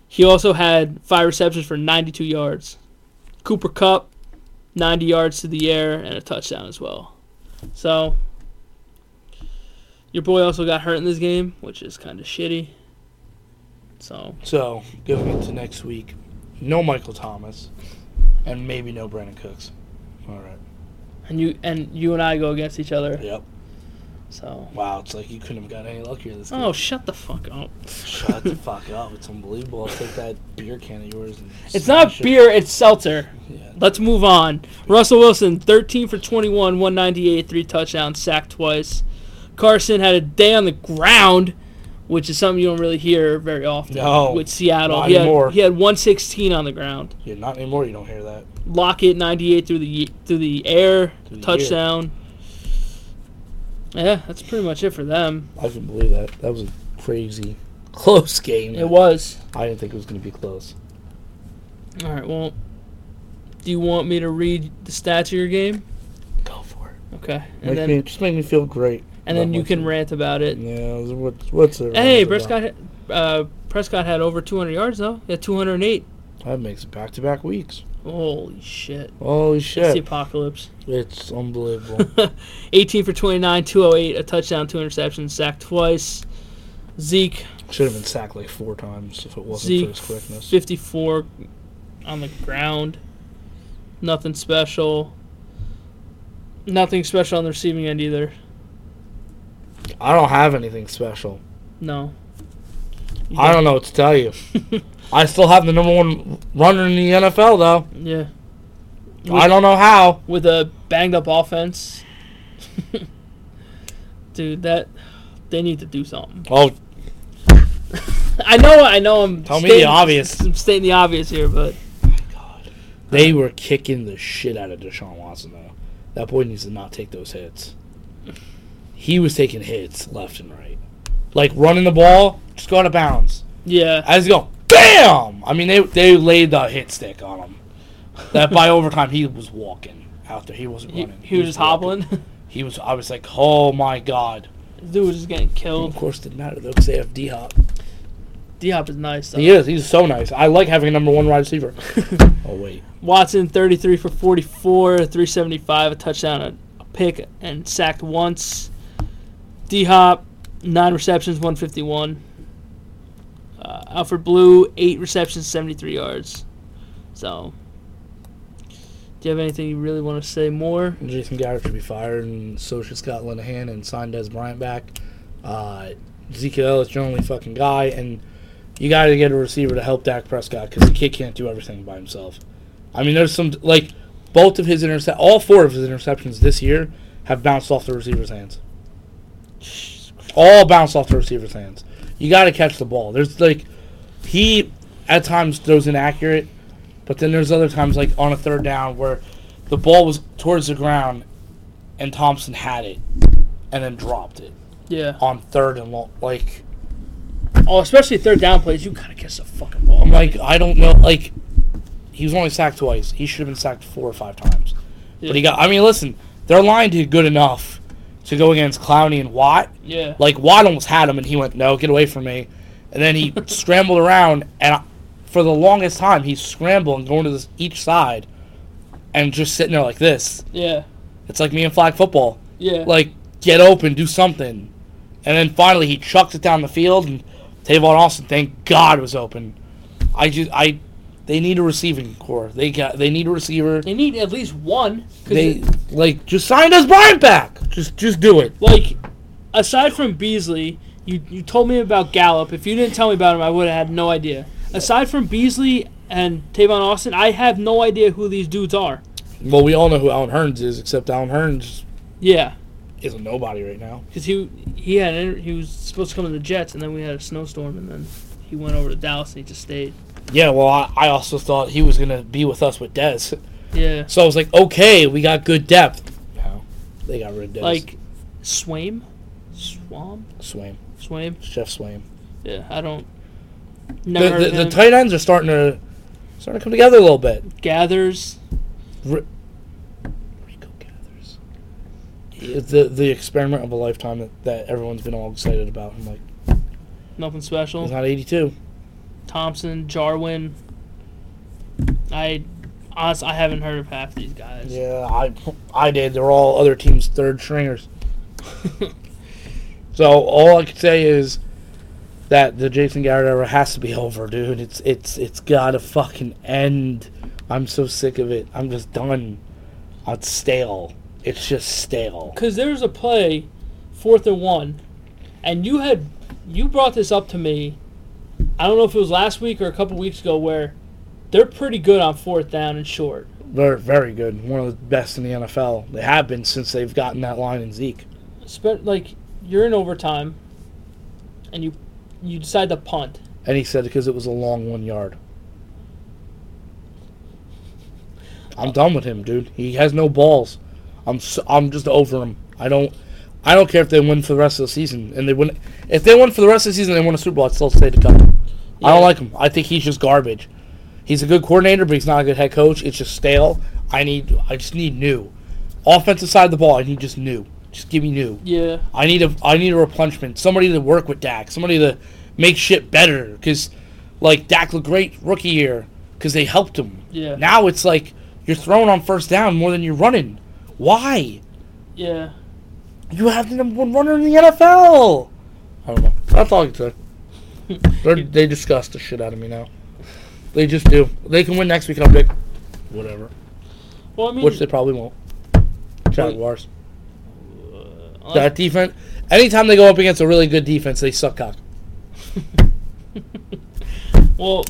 B: He also had five receptions for 92 yards. Cooper Cup, 90 yards to the air and a touchdown as well. So your boy also got hurt in this game, which is kind of shitty. So
A: So going into next week, no Michael Thomas, and maybe no Brandon Cooks. All right.
B: and you and you and I go against each other.
A: Yep.
B: So
A: Wow, it's like you couldn't have got any luckier this
B: oh, shut the fuck up.
A: shut the fuck up! It's unbelievable. I'll take that beer can of yours. And
B: It's not beer, it's seltzer.
A: Yeah.
B: Let's move on. Russell Wilson, 13 for 21, 198, three touchdowns, sacked twice. Carson had a day on the ground, which is something you don't really hear very often
A: No,
B: with Seattle.
A: not
B: He had,
A: anymore.
B: he had 116 on the ground.
A: Yeah, not anymore. You don't hear that.
B: Lockett, 98 through the through the air,
A: Through the
B: touchdown. Yeah, that's pretty much it for them.
A: I can believe that. That was a crazy close game.
B: It was.
A: I didn't think it was going to be close.
B: All right, well, do you want me to read the stats of your game?
A: Go for it.
B: Okay.
A: Make
B: And then
A: me, just make me feel great.
B: and then you can rant about it.
A: Yeah. What, what's it?
B: Hey,
A: about?
B: Prescott. Uh, Prescott had over 200 yards though. He had 208.
A: That makes it back-to-back weeks.
B: Holy shit!
A: Holy
B: It's the
A: shit!
B: apocalypse.
A: It's unbelievable.
B: 18 for 29, 208, a touchdown, two interceptions, sacked twice. Zeke,
A: Should have been sacked like four times if it wasn't for
B: Zeke,
A: his quickness.
B: 54 on the ground. Nothing special. Nothing special on the receiving end either.
A: I don't have anything special.
B: No. You
A: I don't know what to tell you. I still have the number one runner in the NFL, though.
B: Yeah.
A: I don't know how.
B: with a banged up offense. Dude, that they need to do something.
A: Oh,
B: I know, I know. I'm
A: Tell me the obvious.
B: I'm stating the obvious here, but
A: God. They were kicking the shit out of Deshaun Watson, though. That boy needs to not take those hits. He was taking hits left and right. Like running the ball, just go out of bounds.
B: yeah,
A: As you go, BAM! I mean, they, they laid the hit stick on him. That by overtime, he was walking out there. He wasn't
B: he,
A: running.
B: he was just
A: walking.
B: hobbling.
A: He was. I was like, oh my god.
B: Dude was just getting
A: of
B: killed.
A: course, it didn't matter though because they have D Hop.
B: D Hop is nice. Though.
A: He is. He's so nice. I like having a number one wide receiver. oh wait,
B: Watson, 33 for 44, 375, a touchdown, a, a pick, and sacked once. D Hop, 9 receptions, 151. Uh, Alfred Blue, 8 receptions, 73 yards. So, do you have anything you really want to say more?
A: Jason Garrett should be fired, and so should Scott Linehan and sign Des Bryant back. Uh, Ezekiel Elliott's your only fucking guy, and you got to get a receiver to help Dak Prescott because the kid can't do everything by himself. I mean, there's some like both of his intercept, all four of his interceptions this year have bounced off the receiver's hands. all bounce off the receiver's hands. You got to catch the ball. There's like he at times throws inaccurate, but then there's other times like on a third down where the ball was towards the ground and Thompson had it and then dropped it
B: Yeah.
A: on third and long. Like
B: Oh, especially third down plays, you gotta catch the fucking ball.
A: I'm like I don't know. Like he was only sacked twice. He should have been sacked four or five times. But he got. I mean, listen, their line did good enough to go against Clowney and Watt.
B: Yeah.
A: Like Watt almost had him, and he went, "No, get away from me!" And then he scrambled around, and I- for the longest time, he's scrambling, going to this, each side, and just sitting there like this.
B: yeah.
A: It's like me in flag football.
B: Yeah.
A: Like, get open, do something. And then finally, he chucks it down the field, and Tavon Austin, thank God, was open. I just, I, they need a receiving core. They got, they need a receiver.
B: they need at least one. 'cause
A: They
B: it-
A: like just sign us Bryant back. Just, just do it.
B: like aside from Beasley, you you told me about Gallup. If you didn't tell me about him, I would have had no idea. Aside from Beasley and Tavon Austin, I have no idea who these dudes are.
A: Well, we all know who Alan Hearns is, except Alan Hearns
B: Yeah,
A: is a nobody right now.
B: because he he had an inter- he was supposed to come to the Jets, and then we had a snowstorm, and then he went over to Dallas and he just stayed.
A: Yeah, well, I, I also thought he was gonna be with us with Dez,
B: Yeah,
A: so I was like, okay, we got good depth. No, they got rid of Dez.
B: like Swaim, Swam,
A: Swaim,
B: Swaim.
A: Chef Swaim.
B: Yeah, I don't. Never
A: The,
B: heard
A: the,
B: of
A: the
B: him.
A: tight ends are starting to starting to come together a little bit.
B: gathers.
A: Ri- Rico Gathers. He is The the experiment of a lifetime that, that everyone's been all excited about. I'm like,
B: Nothing
A: he's
B: special.
A: not 82.
B: Thompson, Jarwin. I honestly, I haven't heard of half these guys.
A: Yeah, I I did. They're all other teams' third stringers. So all I can say is that the Jason Garrett era has to be over, dude. It's it's it's gotta fucking end. I'm so sick of it. I'm just done. It's stale. It's just stale.
B: Because there was a play, fourth and one, and you had you brought this up to me. I don't know if it was last week or a couple weeks ago where they're pretty good on fourth down and short.
A: They're very good. One of the best in the NFL. They have been since they've gotten that line in Zeke.
B: Spe- like you're in overtime, and you you decide to punt.
A: And he said because it was a long one yard. I'm done with him, dude. He has no balls. I'm so, I'm just over him. I don't I don't care if they win for the rest of the season. And they win if they win for the rest of the season, they win a Super Bowl. I'd still stay to cut. him. I
B: Yeah.
A: don't like him. I think he's just garbage. He's a good coordinator, but he's not a good head coach. It's just stale. I need I just need new. Offensive side of the ball, I need just new. Just give me new.
B: Yeah,
A: I need a I need a replenishment. Somebody to work with Dak. Somebody to make shit better. Because like Dak looked great rookie year because they helped him.
B: yeah,
A: Now it's like you're throwing on first down more than you're running. Why?
B: yeah.
A: You have the number one runner in the NFL. I don't know. That's all I can say. They're, they disgust the shit out of me now. They just do. They can win next week. and I'm like, whatever.
B: Well, I mean,
A: Which they probably won't. Jaguars.
B: uh,
A: That defense. Anytime they go up against a really good defense, they suck cock.
B: well,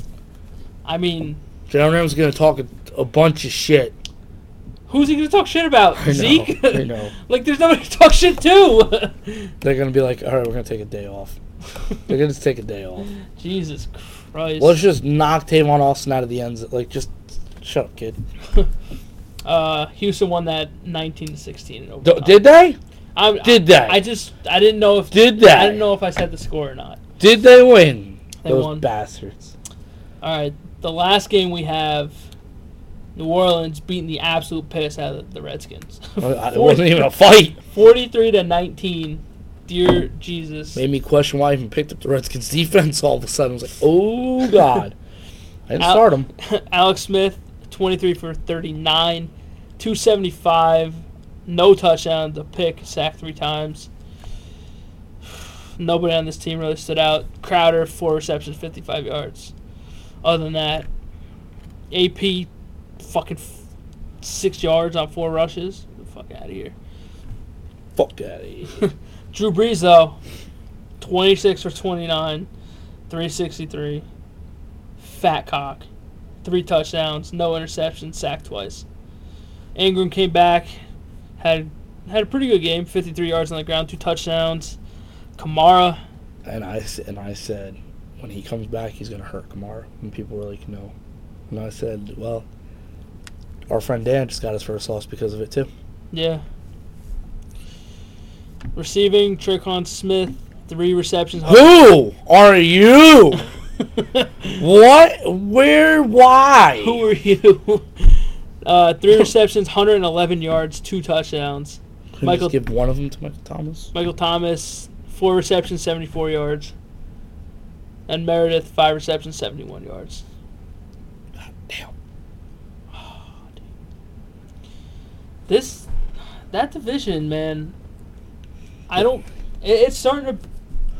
B: I mean,
A: Jalen Ramsey's gonna talk a, a bunch of shit.
B: Who's he gonna talk shit about?
A: know,
B: Zeke?
A: I know.
B: like there's nobody to talk shit to.
A: They're gonna be like, all right, we're gonna take a day off. They're gonna just take a day off.
B: Jesus Christ.
A: Let's just knock Tavon Austin out of the ends. Like, just shut up, kid.
B: uh, Houston won that 19-16 in
A: D-
B: overtime.
A: did they?
B: I,
A: did they?
B: I just I didn't know if
A: Did they?
B: I didn't know if I said the score or not.
A: Did they win?
B: They
A: Those
B: won.
A: bastards.
B: All right, the last game we have, New Orleans beating the absolute piss out of the Redskins.
A: Well, I- It wasn't even a fight.
B: Forty-three to nineteen. Dear Jesus.
A: Made me question why I even picked up the Redskins defense all of a sudden. I was like, oh god. I didn't
B: Al-
A: start them.
B: Alex Smith, 23 for 39, 275, no touchdown, the pick, sacked three times. Nobody on this team really stood out. Crowder, four receptions, 55 yards. Other than that, AP, fucking f- six yards on four rushes. Get the fuck out of here.
A: Fuck out of here.
B: Drew Brees, though, 26 for 29, 363. Fat cock. Three touchdowns, no interceptions, sacked twice. Ingram came back, had had a pretty good game, 53 yards on the ground, two touchdowns. Kamara.
A: And I s- and I said, when he comes back, he's gonna hurt Kamara. And people were like, no. And I said, well, our friend Dan just got his first loss because of it too.
B: Yeah. Receiving Tricon Smith, three receptions.
A: Who are you? what? Where? Why?
B: Who are you? Uh, three receptions, 111 yards, two touchdowns.
A: Can we
B: Michael-
A: just give one of them to Michael Thomas.
B: Michael Thomas, four receptions, 74 yards. And Meredith, five receptions, 71 yards.
A: Damn.
B: This, that division, man, I don't, it, it's starting to,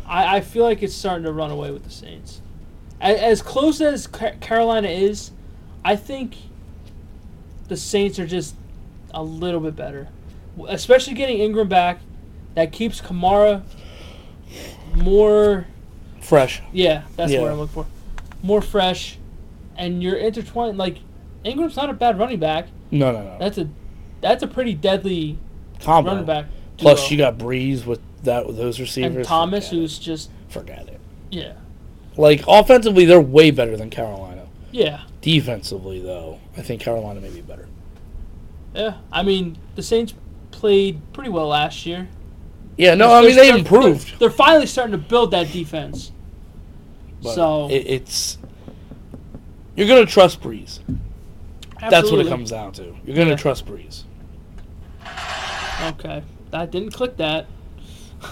B: I, I feel like it's starting to run away with the Saints. As, as close as Ca- Carolina is, I think the Saints are just a little bit better. W- Especially getting Ingram back, that keeps Kamara more
A: Fresh.
B: Yeah, that's
A: Yeah.
B: what I'm looking for. More fresh, and you're intertwined. Like Ingram's not a bad running back.
A: No, no, no.
B: That's a that's a pretty deadly
A: Combo.
B: running back.
A: Plus,
B: duo.
A: you got Breeze with that with those receivers.
B: and Thomas,
A: Forget
B: who's just
A: it. forget it.
B: yeah,
A: Like offensively, they're way better than Carolina.
B: yeah,
A: Defensively, though, I think Carolina may be better.
B: yeah. I mean, the Saints played pretty well last year.
A: Yeah, no,
B: They're-
A: I mean they
B: they're-
A: improved.
B: They're, they're finally starting to build that defense.
A: But
B: so
A: it, it's you're gonna trust Breeze. That's what it
B: absolutely.
A: comes down to. You're gonna
B: Yeah.
A: trust Breeze.
B: Okay, I didn't click that.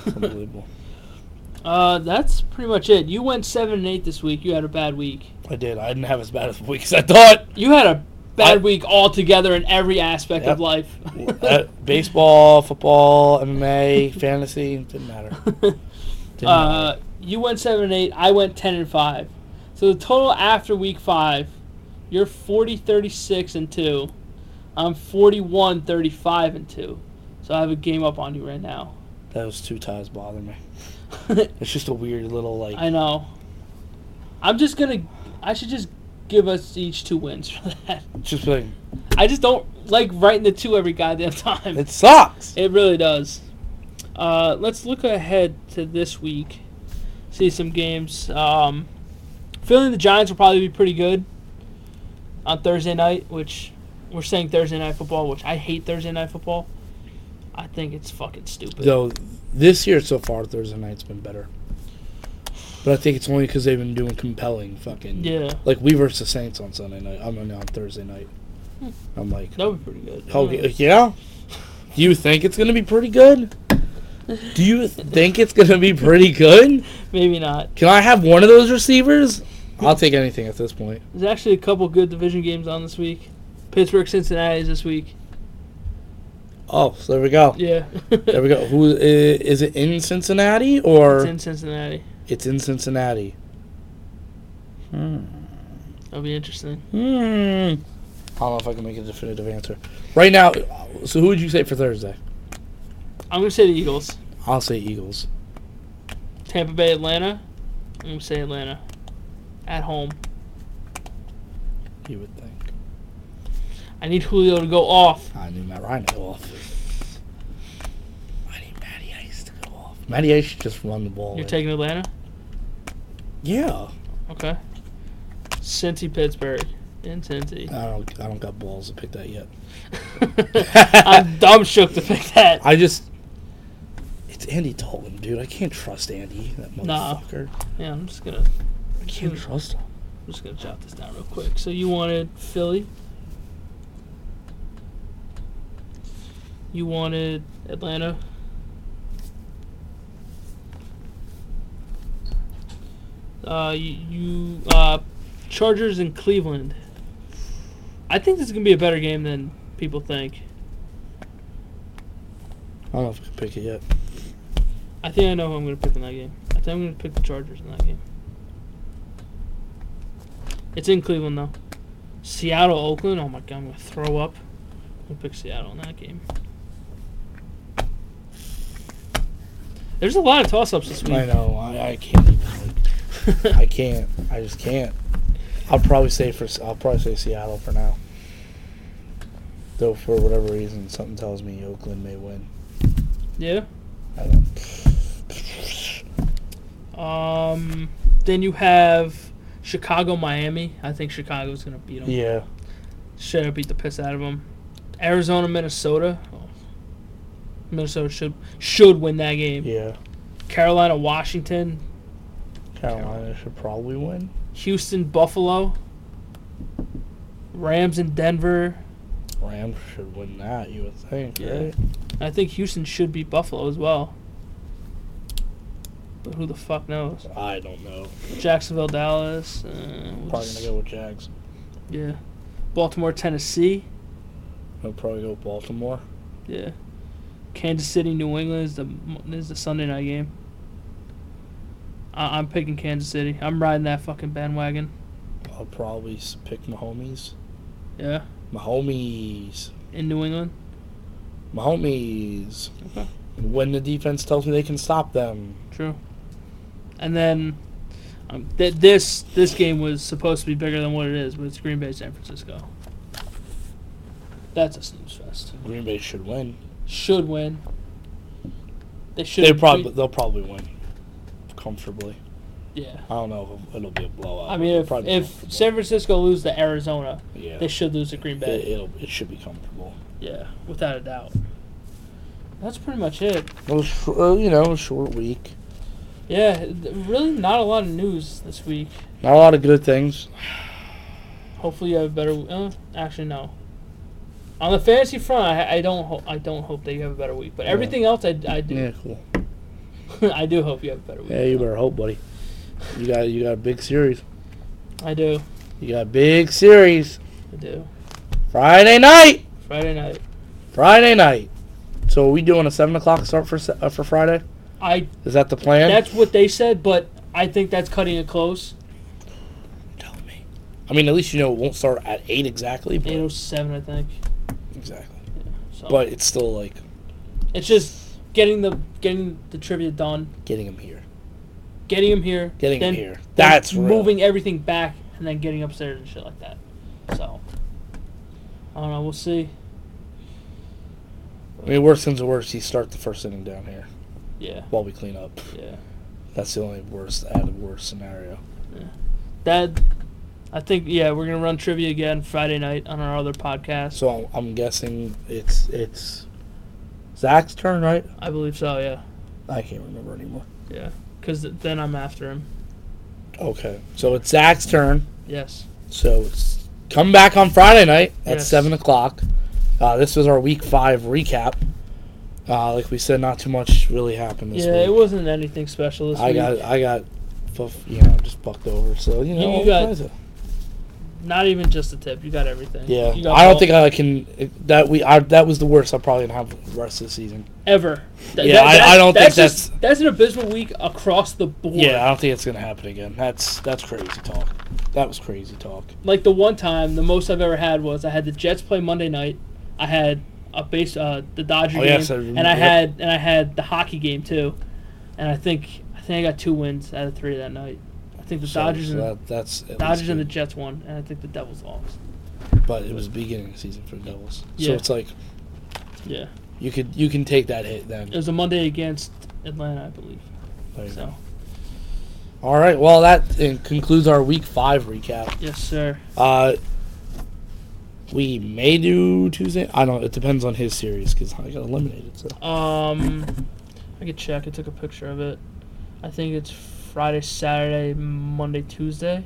A: Unbelievable.
B: uh, that's pretty much it. You went seven and eight this week. You had a bad week.
A: I did. I didn't have as bad as weeks I thought.
B: You had a bad
A: I-
B: week altogether in every aspect
A: Yep.
B: of life.
A: Uh, baseball, football, MMA, fantasy didn't matter. Didn't
B: uh, you went seven and eight. I went ten and five. So the total after week five, you're 40, 36 and two. I'm 41, 35 and two. So I have a game up on you right now.
A: Those two ties bother me. It's just a weird little like.
B: I know. I'm just gonna. I should just give us each two wins for that.
A: Just like
B: I just don't like writing the two every goddamn time.
A: it sucks.
B: It really does. Uh, let's look ahead to this week. See some games. Um, feeling the Giants will probably be pretty good on Thursday night, which we're saying Thursday night football, which I hate Thursday night football. I think it's fucking stupid.
A: Though this year so far, Thursday night's been better. But I think it's only because they've been doing compelling fucking.
B: Yeah,
A: Like we versus the Saints on Sunday night. I mean on Thursday night.
B: Hmm.
A: I'm like,
B: that would be pretty good.
A: "Oh, yeah, yeah. Do you think it's gonna be pretty good? Do you think it's gonna be pretty good?
B: Maybe not.
A: Can I have one of those receivers? I'll take anything at this point.
B: There's actually a couple good division games on this week. Pittsburgh Cincinnati is this week.
A: Oh, so there we go.
B: Yeah.
A: There we go. Who i- is it in Cincinnati or
B: it's in Cincinnati.
A: It's in Cincinnati. Hmm.
B: That'll be interesting.
A: I don't know if Hmm. I can make a definitive answer. Right now, so who would you say for Thursday?
B: I'm gonna say the Eagles.
A: I'll say Eagles.
B: Tampa Bay, Atlanta. I'm gonna say Atlanta. At home.
A: You would think.
B: I need Julio to go off.
A: I need Matt Ryan to go off. I need Matty Ice to go off. Matty Ice should just run the ball.
B: You're
A: in.
B: taking Atlanta?
A: yeah.
B: Okay. Cincy Pittsburgh. In Cincy.
A: I don't. I don't got balls to pick that yet.
B: I'm dumb shook to pick that.
A: I just. It's Andy Dalton, dude. I can't trust Andy. That
B: Nah.
A: motherfucker.
B: Yeah, I'm just gonna I'm
A: I can't trust him.
B: just gonna jot this down real quick. So you wanted Philly. You wanted Atlanta. Uh, you, you uh, Chargers in Cleveland. I think this is gonna be a better game than people think.
A: I don't know if I can pick it yet.
B: I think I know who I'm gonna pick in that game. I think I'm gonna pick the Chargers in that game. It's in Cleveland though. Seattle, Oakland. Oh my god, I'm gonna throw up. I'm gonna pick Seattle in that game. There's a lot of toss-ups this
A: I
B: week.
A: know. I, I can't. Even, like, I can't. I just can't. I'll probably say for. I'll probably say Seattle for now. Though for whatever reason, something tells me Oakland may win.
B: yeah.
A: I don't.
B: Um, then you have Chicago, Miami. I think Chicago's gonna beat them.
A: Yeah.
B: Should have beat the piss out of them. Arizona, Minnesota. Oh. Minnesota should should win that game.
A: Yeah.
B: Carolina, Washington.
A: Carolina should probably win.
B: Houston, Buffalo. Rams and Denver.
A: Rams should win that, you would think,
B: Yeah.
A: right?
B: I think Houston should beat Buffalo as well. But who the fuck knows?
A: I don't know.
B: Jacksonville, Dallas. Uh, we'll
A: Probably
B: just-
A: gonna go with Jags.
B: Yeah. Baltimore, Tennessee.
A: I'll probably go with Baltimore.
B: Yeah. Kansas City, New England is the is the Sunday night game. I, I'm picking Kansas City. I'm riding that fucking bandwagon.
A: I'll probably s- pick Mahomes.
B: Yeah.
A: Mahomes.
B: In New England.
A: Mahomes.
B: Okay.
A: When the defense tells me they can stop them.
B: True. And then, um, th- this this game was supposed to be bigger than what it is, but it's Green Bay, San Francisco. That's a snooze fest.
A: Green Bay should win.
B: Should win. They should.
A: They probably they'll probably win comfortably.
B: Yeah.
A: I don't know. if It'll be a blowout.
B: I mean,
A: It'll
B: if,
A: probably be
B: if
A: comfortable.
B: San Francisco lose to Arizona,
A: yeah,
B: they should lose to Green Bay.
A: it, it'll it should be comfortable.
B: Yeah, without a doubt. That's pretty much it.
A: Well, sh- uh, you know, a short week.
B: Yeah, th- really not a lot of news this week.
A: Not a lot of good things.
B: Hopefully, you have a better. Uh, actually, no. On the fantasy front, I, I don't. Ho- I don't hope that you have a better week. But
A: Yeah.
B: everything else, I, I
A: Yeah,
B: do.
A: cool.
B: I do hope you have a better week.
A: Yeah, you better hope, buddy. You got you got a big series.
B: I do.
A: You got a big series.
B: I do.
A: Friday night.
B: Friday night.
A: Friday night. So are we doing a seven o'clock start for se- uh, for Friday?
B: I.
A: Is that the plan?
B: That's what they said, but I think that's cutting it close.
A: Tell me. I mean, at least you know it won't start at eight exactly. But
B: Eight oh seven, I think.
A: Exactly.
B: So
A: But it's still like
B: it's just getting the getting the trivia done,
A: getting them here.
B: getting him here,
A: Getting
B: then
A: them here. That's real.
B: moving everything back and then getting upstairs and shit like that. So I don't know. We'll see.
A: I mean, worst comes to worst, you start the first inning down here
B: Yeah,
A: while we clean up.
B: yeah.
A: That's the only worst added worst scenario.
B: That I think. Yeah, we're gonna run trivia again Friday night on our other podcast.
A: So I'm, I'm guessing it's it's Zach's turn, right?
B: I believe so. Yeah,
A: I can't remember anymore.
B: yeah. Because then I'm after him.
A: Okay, so it's Zach's turn.
B: Yes.
A: So it's come back on Friday night at
B: Yes.
A: seven o'clock. Uh, this was our week five recap. Uh, like we said, not too much really happened this
B: yeah,
A: week.
B: it wasn't anything special this
A: I
B: week.
A: got I got fuff- you know just bucked over. So you know
B: You got-
A: what is it?
B: Not even just a tip. You got everything.
A: yeah.
B: You got
A: I don't
B: all-
A: think I can that we I, that was the worst I'll probably have the rest of the season.
B: ever. Th-
A: Yeah, I- I don't think
B: just- that's an abysmal week across the board.
A: Yeah, I don't think it's gonna happen again. That's that's crazy talk. That was crazy talk.
B: like the one time the most I've ever had was I had the Jets play Monday night. I had a base uh, the Dodger
A: Oh,
B: game,
A: yes, I
B: and
A: remember.
B: I had and I had the hockey game too. And I think I think I got two wins out of three that night. I think the
A: So,
B: Dodgers
A: so
B: and
A: that, that's at
B: Dodgers
A: least
B: and the
A: good.
B: Jets won, and I think the Devils lost.
A: but it was the beginning of the season for the Devils. So
B: Yeah.
A: it's like
B: Yeah,
A: you could you can take that hit
B: it
A: then.
B: was a Monday against Atlanta, I believe.
A: There you
B: So
A: go. All right, well that uh, concludes our week five recap.
B: yes, sir.
A: Uh, we may do Tuesday. I don't. It depends on his series because I got eliminated. So
B: Um, I could check. I took a picture of it. I think it's Friday, Saturday, Monday, Tuesday,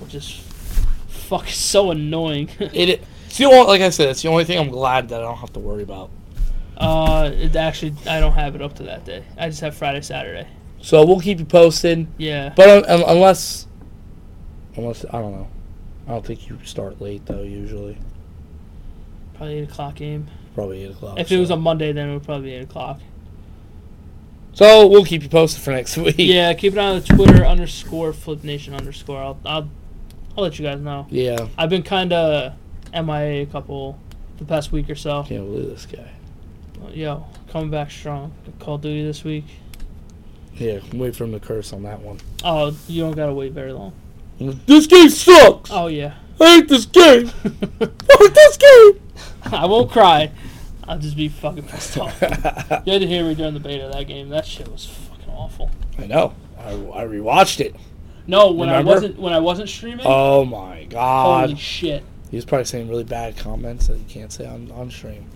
B: which is fuck so annoying.
A: it. It's the only, like I said, it's the only thing I'm glad that I don't have to worry about.
B: uh, it actually I don't have it up to that day. I just have Friday, Saturday.
A: So we'll keep you posted.
B: Yeah,
A: But un- un- unless, unless I don't know, I don't think you start late though. Usually,
B: probably eight o'clock game.
A: probably eight o'clock.
B: If it was
A: Oh, so.
B: on Monday, then it would probably be eight o'clock.
A: so we'll keep you posted for next week.
B: Yeah, keep an eye on the Twitter underscore Flip Nation underscore. I'll I'll, I'll let you guys know.
A: yeah.
B: I've been kind of MIA a couple the past week or so.
A: Can't believe this guy.
B: Yo, coming back strong. Call of Duty this week.
A: Yeah, wait for him to curse on that one.
B: Oh, you don't gotta wait very long.
A: This game sucks.
B: Oh yeah,
A: I hate this game. Fuck this game.
B: I won't cry. I'll just be fucking pissed off. You had to hear me during the beta of that game. That shit was fucking awful.
A: I know. I, I rewatched it.
B: No, when
A: Remember?
B: I wasn't when I wasn't streaming.
A: Oh my god.
B: holy shit!
A: he was probably saying really bad comments that you can't say on, on stream.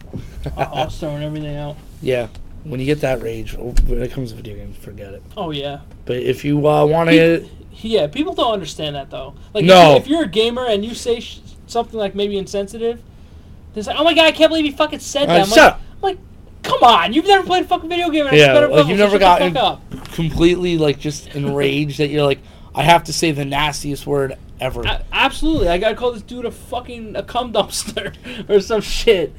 B: I, I was throwing everything out.
A: yeah. When you get that rage, oh, when it comes to video games, forget it.
B: Oh yeah.
A: But if you uh, want to,
B: Yeah, people don't understand that though. Like, if
A: No.
B: you- if, you're a gamer and you say sh- something like maybe insensitive, it's like, oh my god, I can't believe you fucking said that.
A: Uh,
B: I'm
A: shut
B: like,
A: up.
B: I'm like, come on, you've never played a fucking video game. And
A: Yeah,
B: I better
A: like,
B: level,
A: you've
B: so
A: never
B: shut the
A: gotten-
B: fuck up.
A: completely like just enraged that you're like, I have to say the nastiest word ever.
B: A- absolutely, I gotta call this dude a fucking a cum dumpster or some shit.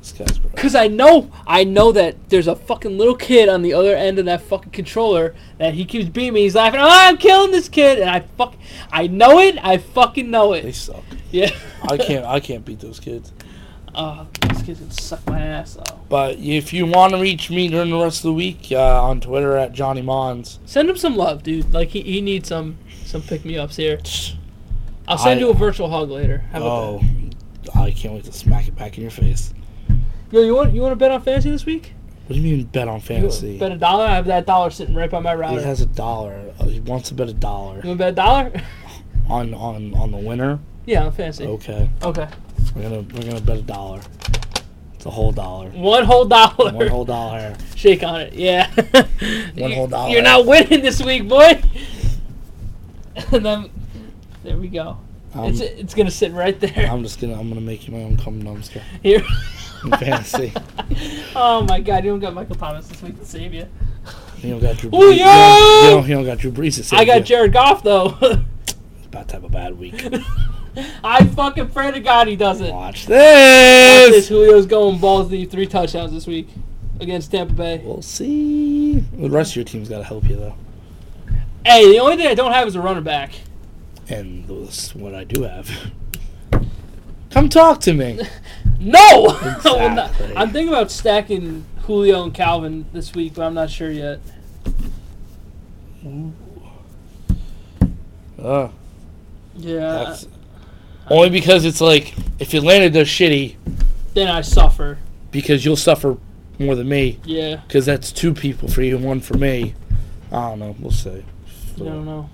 A: This guy's gross.
B: Cause I know, I know that there's a fucking little kid on the other end of that fucking controller that he keeps beaming. He's laughing. Oh, I'm killing this kid, and I fuck, I know it. I fucking know
A: They
B: it.
A: suck.
B: Yeah.
A: I can't. I can't beat those kids.
B: Oh, this kid's gonna suck my ass though.
A: But if you want to reach me during the rest of the week uh, on Twitter at Johnny Mons,
B: Send him some love, dude. Like he, he needs some some pick me ups here. I'll send
A: I-
B: you a virtual hug later. How about
A: oh, I can't wait to smack it back in your face.
B: that? Yo, you want you want to bet on fantasy this week?
A: What do you mean bet on
B: You
A: fantasy?
B: Bet a dollar. I have that dollar sitting right by my
A: he
B: router.
A: has a dollar. Uh, He wants to bet a dollar
B: You want to bet a dollar?
A: on on on the winner.
B: yeah, on fantasy. Okay.
A: Okay, we're gonna we're gonna bet a dollar. It's a whole dollar.
B: One whole dollar.
A: One whole dollar.
B: Shake on it. Yeah. One
A: whole dollar.
B: You're not winning this week, boy. and then there we go.
A: I'm,
B: it's it's gonna sit right there.
A: Um, I'm just gonna I'm gonna make you my own cum dumpster
B: Here.
A: in fantasy.
B: Oh my god, you don't got Michael Thomas this week to save you.
A: You don't got Drew.
B: Ooh,
A: Brees. You don't-
B: yeah!
A: You don't, you don't got Drew Brees. to save
B: Oh, I got
A: you.
B: Jared Goff though.
A: About to have a bad week.
B: I fucking pray to God he doesn't. Watch
A: Watch
B: this.
A: this.
B: Julio's going balls deep, three touchdowns this week against Tampa Bay.
A: We'll see. The rest of your team's got to help you though,
B: Hey, the only thing I don't have is a runner back.
A: and this is what I do have. Come talk to me.
B: No, I will not-
A: Exactly.
B: I'm thinking about stacking Julio and Calvin this week, but I'm not sure yet.
A: Uh,
B: Yeah,
A: that's only because it's like if Atlanta does shitty,
B: then I suffer.
A: because you'll suffer more than me,
B: Yeah,
A: because that's two people for you and one for me. I don't know. We'll see.
B: I don't know.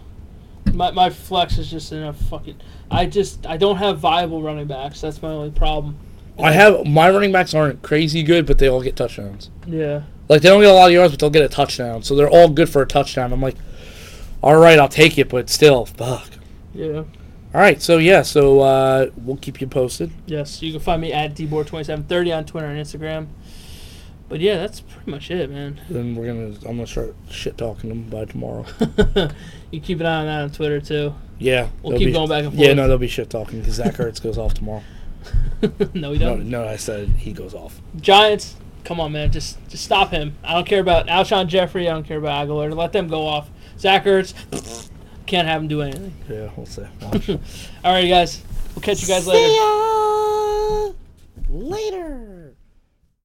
B: My my flex is just in a fucking. I just I don't have viable running backs. That's my only problem.
A: I have my running backs aren't crazy good, but they all get touchdowns.
B: Yeah.
A: Like they don't get a lot of yards, but they'll get a touchdown. So they're all good for a touchdown. I'm like, all right, I'll take it, but still, fuck.
B: Yeah.
A: All right, so yeah, so uh, we'll keep you posted.
B: Yes, you can find me at dbor2730 on Twitter and Instagram. But yeah, that's pretty much it, man.
A: Then we're gonna, I'm gonna start shit talking them by tomorrow.
B: you keep an eye on that on Twitter too.
A: Yeah,
B: We'll
A: there'll
B: keep
A: be-
B: going back and
A: Yeah,
B: forth.
A: no, they'll be shit talking because Zach Ertz goes off tomorrow.
B: no, we
A: No,
B: don't.
A: no, I said he goes off.
B: Giants, come on, man, just just stop him. I don't care about Alshon Jeffrey. I don't care about Aguilar. Let them go off. Zach Ertz, can't have him do anything.
A: Yeah, we'll see. Watch.
B: All right, guys, we'll catch you guys later.